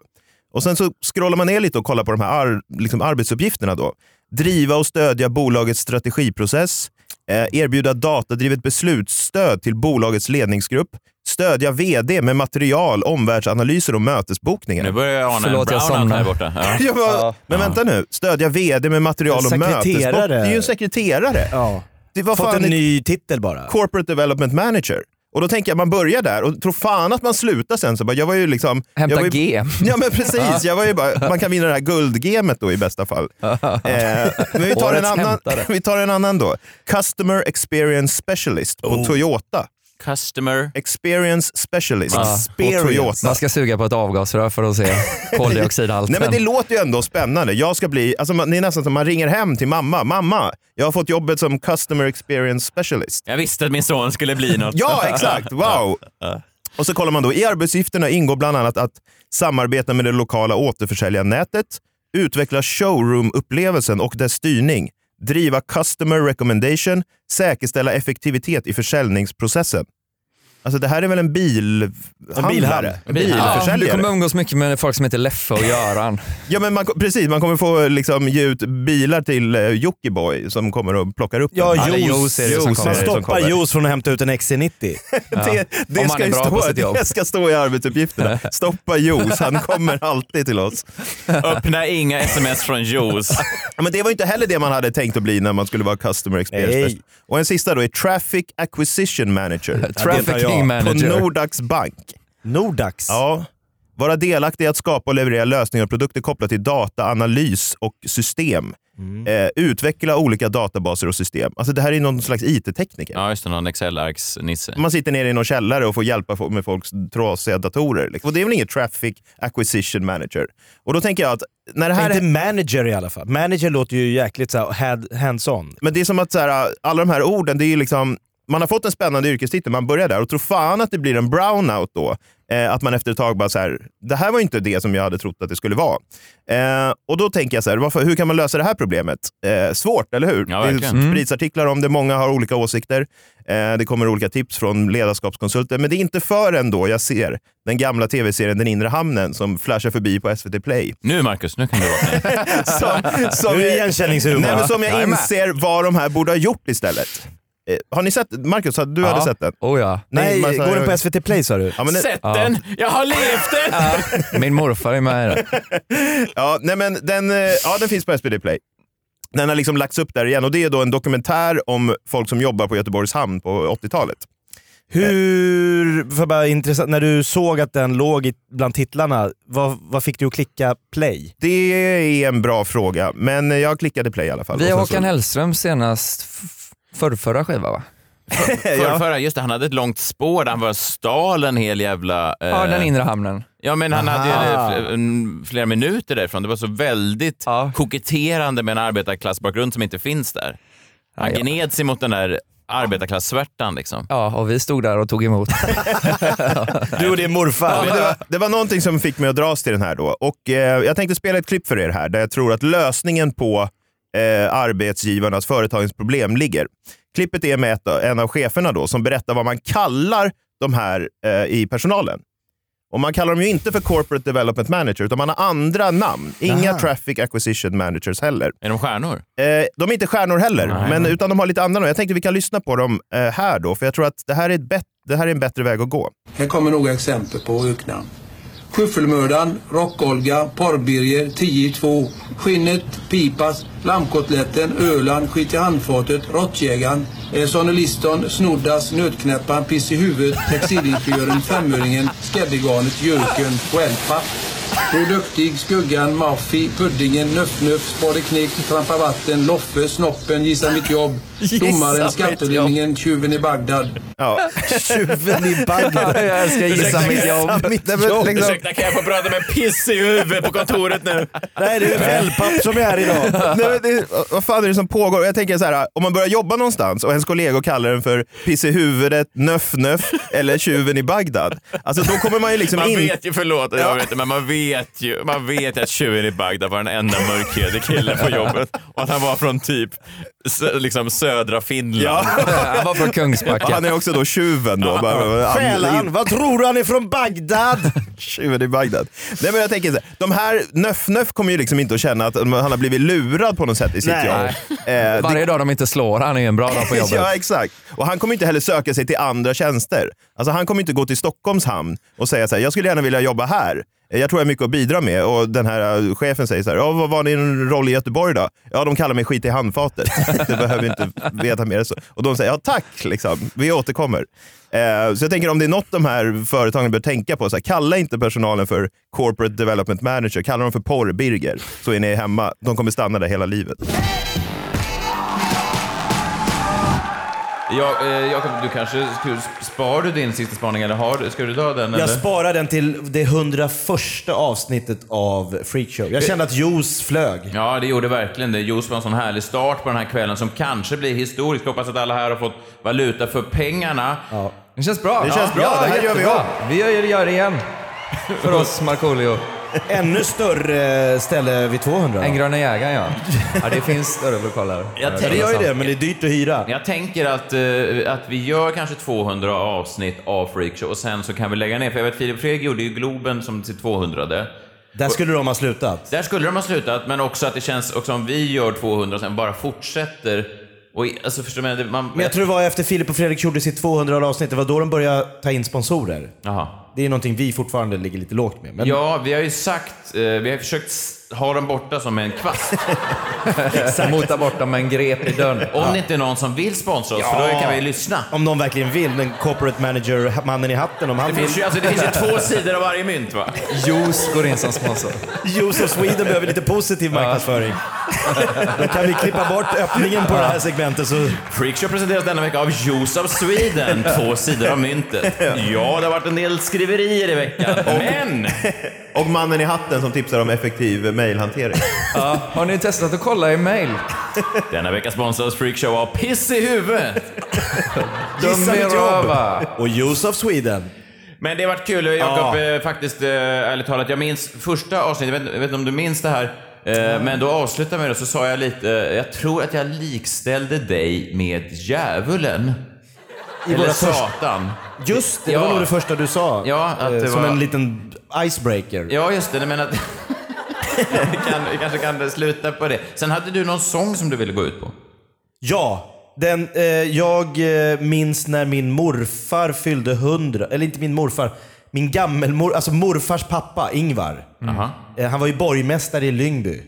S7: Och sen så scrollar man ner lite och kollar på de här ar- liksom arbetsuppgifterna då. Driva och stödja bolagets strategiprocess, eh, erbjuda datadrivet beslutsstöd till bolagets ledningsgrupp, stödja vd med material, omvärldsanalyser och mötesbokningar.
S5: Nu börjar jag ana
S7: Förlåt,
S5: en
S7: jag
S5: brownout
S7: somnar.
S5: här borta. Ja.
S7: Ja, men, men vänta nu, stödja vd med material och
S6: Sekreterare.
S7: mötesbok. Det är ju en sekreterare.
S6: Ja.
S7: Det, vad
S6: Fått
S7: fan
S6: en
S7: är-
S6: ny titel bara.
S7: Corporate Development Manager. Och då tänker jag, man börjar där och tror fan att man slutar sen. Så bara, jag var ju liksom,
S8: Hämta
S7: jag var ju,
S8: G.
S7: Ja men precis, jag var ju bara, man kan vinna det här guldgemet då i bästa fall. Eh, men vi tar, en
S8: Årets
S7: annan,
S8: hämtare.
S7: vi tar en annan då. Customer Experience Specialist på Toyota.
S5: Customer
S7: Experience Specialist på Toyota.
S8: Man ska suga på ett avgasrör för att se koldioxidhalten.
S7: Nej men det låter ju ändå spännande. Jag ska bli, alltså man, det är nästan som man ringer hem till mamma. Mamma, jag har fått jobbet som Customer Experience Specialist.
S5: Jag visste att min son skulle bli något.
S7: Ja, exakt. Wow. Och så kollar man då. I arbetsuppgifterna ingår bland annat att samarbeta med det lokala återförsäljarnätet, utveckla showroom-upplevelsen och dess styrning, driva customer recommendation, säkerställa effektivitet i försäljningsprocessen. Alltså det här är väl en bilhandlare? En
S8: Ja, du
S7: bilförsäljare?
S8: kommer umgås mycket med folk som heter Leffe och Göran.
S7: Ja, men man, precis, man kommer få liksom, ge ut bilar till eh, Jockiboi som kommer och plockar upp
S6: Ja,
S7: den.
S6: juice. man stoppar juice från att hämta ut en XC90.
S7: Det, det, ska ju stå, det ska stå i arbetsuppgifterna. Stoppa juice, han kommer alltid till oss.
S5: Öppna inga sms från Juice.
S7: Ja, Men det var inte heller det man hade tänkt att bli när man skulle vara customer experience.
S5: Nej.
S7: person. Och en sista då är Traffic Acquisition Manager.
S8: Trafficking manager.
S7: På Nordax Bank.
S6: Nordax?
S7: Ja. Vara delaktig i att skapa och leverera lösningar och produkter kopplat till data, analys och system. Eh, utveckla olika databaser och system. Alltså det här är någon slags IT-tekniker.
S5: Ja, just det. Någon Excel-arksnisse.
S7: Man sitter nere i någon källare och får hjälpa fo- med folks trasiga datorer. Liksom. Och det är väl inget traffic acquisition manager? Och då tänker jag att när det här
S6: Inte manager i alla fall. Manager låter ju jäkligt så här, hand- hands-on.
S7: Men det är som att så här, alla de här orden, det är ju liksom, man har fått en spännande yrkestitel, man börjar där och tror fan att det blir en brownout då. Eh, att man efter ett tag bara så här, det här var ju inte det som jag hade trott att det skulle vara. Eh, och då tänker jag så här, varför, hur kan man lösa det här problemet? Eh, svårt, eller hur?
S5: Ja,
S7: det
S5: verkligen.
S7: sprids artiklar om det, många har olika åsikter. Eh, det kommer olika tips från ledarskapskonsulter, men det är inte förrän då jag ser den gamla tv-serien Den inre hamnen som flashar förbi på SVT Play.
S5: Nu Marcus, nu kan du vara
S7: som, som,
S6: Nu är det igenkänningshumor.
S7: Nej, men som jag
S6: Jag är med.
S7: inser vad de här borde ha gjort istället. Eh, Har ni sett Marcus, har- du hade sett den?
S8: Oh ja.
S6: Nej,
S7: man sa-
S6: går den på SVT Play sa du?
S7: Ja, men det- Sett
S8: den!
S5: Jag har levt den!
S8: Min morfar är med i det.
S7: Ja, nej, men den, eh, ja, den finns på SVT Play. Den har liksom lagts upp där igen och det är då en dokumentär om folk som jobbar på Göteborgs hamn på 80-talet.
S6: Hur, för bara intressant, när du såg att den låg i, bland titlarna, vad, vad fick du att klicka play?
S7: Det är en bra fråga, men jag klickade play i alla fall.
S8: Vi har
S7: Och sen
S8: Håkan
S7: så- Eh.
S8: Hellström senast, f- förrförra skiva va?
S5: Förra, förra, just det, han hade ett långt spår där han var stal en hel jävla... eh,
S8: Ja, den inre hamnen.
S5: Ja, men han hade ju
S8: Aha.
S5: eh, fl- en- flera minuter därifrån. Det var så väldigt koketterande med en arbetarklassbakgrund som inte finns där. Han
S8: Ja, ja.
S5: gned sig mot den där arbetarklassvärtan liksom.
S8: Ja, och vi stod där och tog emot.
S6: Du och din
S7: Ja,
S6: morfar.
S7: men det, var, det var någonting som fick mig att dras till den här då. Och, eh, jag tänkte spela ett klipp för er här där jag tror att lösningen på eh, arbetsgivarnas, företagens problem ligger. Klippet är med ett, en av cheferna då som berättar vad man kallar de här eh, i personalen. Och man kallar dem ju inte för corporate development manager utan man har andra namn. Inga
S5: Aha.
S7: traffic acquisition managers heller.
S5: Är de stjärnor?
S7: Eh, de är inte stjärnor heller,
S5: Nej.
S7: men, utan de har lite andra namn. Jag tänkte vi kan lyssna på dem eh, här då, för jag tror att det här är, ett bet- det här är en bättre väg att gå.
S14: Här kommer några exempel på öknamn. Skyffelmördaren, Rockolga, Porrbirger, 10 i 2, Skinnet, Pipas, Lammkotletten, Öland, Skit i handfatet, Råttjägaren, eh, Sonny Liston, Snoddas, Nötknäpparen, Piss i huvudet, Textilingenjören, Femöringen, Skäddegarnet, Jörken och Elpa. Du duktig, Skuggan, Maffi, Puddingen, Nöff-Nöff, Spade Knick, Trampa Vatten, Loffe, Snoppen, Gissa mitt jobb,
S8: Gissa
S14: Domaren,
S8: mitt
S14: Skattelindringen, Tjuven i Bagdad.
S7: Ja.
S6: Tjuven i Bagdad.
S8: Jag älskar gissa
S7: Ursäkta,
S8: mitt
S7: gissa
S8: jobb.
S7: mitt jobb. Liksom-
S5: Ursäkta, kan jag få prata med piss i huvudet på kontoret nu?
S6: Nej, det är Fällpapp som är här idag.
S7: Nej, men det, vad fan är det som pågår? Jag tänker så här, om man börjar jobba någonstans och ens kollegor kallar den för piss i huvudet, nöff nöff eller tjuven i Bagdad. Alltså då kommer man ju liksom
S5: man
S7: in...
S5: vet ju, förlåt, jag vet, det, men man vet ju, man vet ju att tjuven i Bagdad var den enda mörkhyade killen på jobbet och att han var från typ sö, liksom södra Finland.
S8: Han var från
S7: Ja,
S8: Kungsbacka.
S7: han är också då tjuven då. Bara-
S6: Själan, vad tror du han är från Bagdad?
S7: Tjuven i Bagdad. Nej men jag tänker så här, de här nöff-nöff kommer ju liksom inte att känna att han har blivit lurad på något sätt i sitt
S6: Nej.
S7: jobb. Eh, det-
S8: Varje dag de inte slår han är en bra dag på jobbet.
S7: Ja, exakt. Och han kommer inte heller söka sig till andra tjänster. Alltså, han kommer inte gå till Stockholms hamn och säga så här, jag skulle gärna vilja jobba här. Jag tror jag har mycket att bidra med. Och den här eh, chefen säger så här, ja, vad var din roll i Göteborg då? Ja, de kallar mig skit i handfatet. Det behöver vi inte veta mer än så. Och de säger, ja tack, liksom. vi återkommer. Eh, så jag tänker om det är något de här företagen bör tänka på, så här, kalla inte personalen för corporate development manager, kalla dem för porrbirger. Så är ni hemma, de kommer stanna där hela livet.
S5: Jag, eh, Jakob, du kanske, skulle- spar du din sista spaning eller har, du- ska du dra den? Eller?
S6: Jag sparar den till det 101 avsnittet av Freakshow. Jag kände att juice flög.
S5: Ja, det gjorde verkligen det. Just var en sån härlig start på den här kvällen som kanske blir historisk. Hoppas att alla här har fått valuta för pengarna.
S8: Det känns bra.
S7: Det känns bra. Det här gör vi
S8: jättebra. Vi gör, gör det igen. För oss Markoolio.
S6: Ännu större ställe vid 200.
S8: En gröna jägaren ja. ja. Det finns större lokaler.
S5: Jag
S6: Ja, det gör ju
S8: sant.
S6: det, men det är dyrt att hyra.
S5: Jag tänker att, eh, att vi gör kanske 200 avsnitt av Freakshow och sen så kan vi lägga ner. För jag vet Filip Fredrik gjorde ju Globen som sitt 200
S6: Där skulle de ha slutat.
S5: Där skulle de ha slutat, men också att det känns också om vi gör 200 och sen bara fortsätter. Och, i- alltså, förstår du? vad jag menar? Det- Man,
S6: Men jag tror det var efter Filip och Fredrik gjorde sitt 200 avsnitt, det var då de började ta in sponsorer.
S5: Jaha.
S6: Det är någonting vi fortfarande ligger lite lågt med. Men
S5: Ja, vi har ju sagt, eh, vi har försökt s- ha dem borta som en kvast.
S8: Mota bort dem med en grep i dörren.
S5: Om det inte är någon som vill sponsra oss, för då kan vi lyssna.
S6: Om någon verkligen vill. Den corporate manager, mannen i hatten, om han
S5: Det finns ju, alltså, det finns ju två sidor av varje mynt va?
S8: Juice går in som sponsor.
S6: Juice of Sweden behöver lite positiv marknadsföring. Då kan vi klippa bort öppningen på det här segmentet. Så...
S5: Freakshow presenteras denna vecka av Juice of Sweden, två sidor av myntet. Ja, det har varit en del skriverier i veckan, men...
S7: Och mannen i hatten som tipsar om effektiv mejlhantering.
S8: Ja, har ni testat att kolla i mail?
S5: Denna vecka sponsras Freakshow av Piss i huvudet.
S8: Dum i röva.
S6: Och Juice of Sweden.
S5: Men det har varit kul, Jakob, eh, faktiskt, eh, ärligt talat. Jag minns första avsnittet, jag vet, jag vet inte om du minns det här, eh, men då avslutade vi det så sa jag lite, eh, jag tror att jag likställde dig med djävulen.
S6: I
S5: Eller
S6: våra först-
S5: satan.
S6: Just det, det var
S5: Ja.
S6: nog det första du sa.
S5: Ja, att
S6: eh,
S5: det
S6: som
S5: var-
S6: en liten icebreaker.
S5: Ja, just det. Men att... vi, kan, vi kanske kan sluta på det. Sen hade du någon sång som du ville gå ut på.
S6: Ja, den, eh, jag eh, minns när min morfar fyllde 100, eller inte min morfar, min gammelmor, alltså morfars pappa Ingvar. Eh, han var ju borgmästare i Lyngby.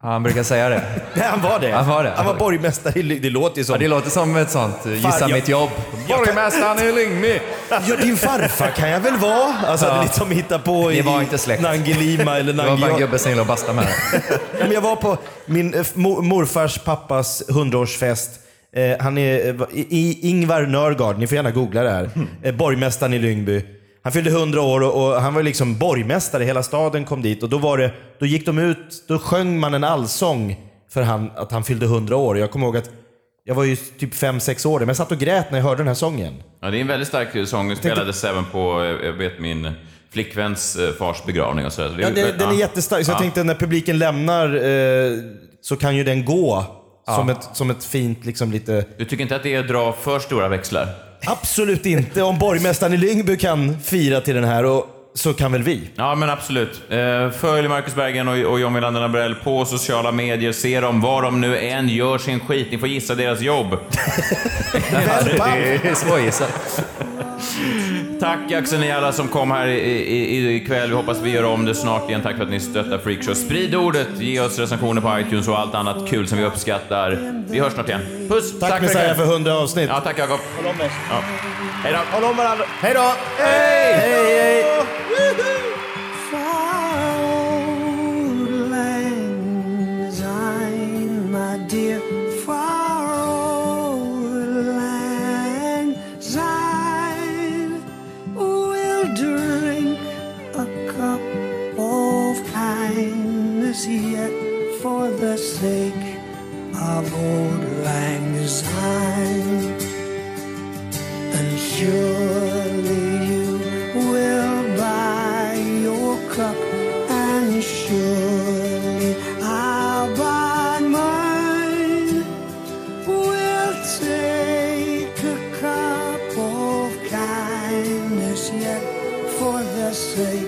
S8: Han brukar säga det.
S6: Nej, han var det.
S8: Han var det.
S6: borgmästare i Lyngby. Det låter ju som...
S8: Ja, det låter som ett sånt eh, gissa
S6: Fan, jag-
S8: mitt jobb.
S6: jag-
S8: Borgmästaren i Lyngby.
S6: Ja, din farfar kan jag väl vara? Alltså,
S8: Ja.
S6: ja. lite som hitta på
S8: Ni
S6: i
S8: var inte släkt.
S6: Nangilima eller
S8: Det var bara en
S6: Nangijala.
S8: gubbe som gillade att basta med det.
S6: Ja, men jag var på min eh, mo- morfars pappas hundraårsfest. Eh, han är eh, va- i, i Ingvar Nörgaard, ni får gärna googla det här. Eh, borgmästaren i Lyngby. Han fyllde 100 år och, och han var liksom borgmästare. Hela staden kom dit och då, var det, då gick de ut, då sjöng man en allsång för han, att han fyllde 100 år. Jag kommer ihåg att jag var ju typ 5-6 år men jag satt och grät när jag hörde den här sången.
S5: Ja, det är en väldigt stark sång. Den spelades även på, eh, jag vet min flickväns eh, fars begravning och sådär. Så det-
S6: Ja, det, den är
S5: ja.
S6: jättestark, så jag
S5: Ja.
S6: tänkte när publiken lämnar eh, så kan ju den gå
S5: Ja.
S6: som, ett, som ett fint, liksom lite...
S5: Du tycker inte att det är att dra för stora växlar?
S6: Absolut inte. Om borgmästaren i Lyngby kan fira till den här, och så kan väl vi?
S5: Ja, men absolut. Eh, Följ Marcus Berggren och, och John Wilander Lambrell på sociala medier. Se dem, var de nu än gör sin skit. Ni får gissa deras jobb.
S8: Det är svårgissat.
S5: Tack Axel, ni alla som kom här i- i- i- ikväll. Vi hoppas vi gör om det snart igen. Tack för att ni stöttar Freakshow. Sprid ordet, ge oss recensioner på iTunes och allt annat kul som vi uppskattar. Vi hörs snart igen. Puss!
S6: Tack,
S5: för
S6: Messiah
S5: ikväll.
S6: för 100 avsnitt.
S5: Ja, tack Jakob.
S6: Håll om oss.
S5: Ja. Hej då!
S6: Håll om varandra. Hej då!
S5: Hej!
S6: Hej, hej!
S15: Yet for the sake of old lang syne. And surely you will buy your cup, and surely I'll buy mine. We'll take a cup of kindness yet for the sake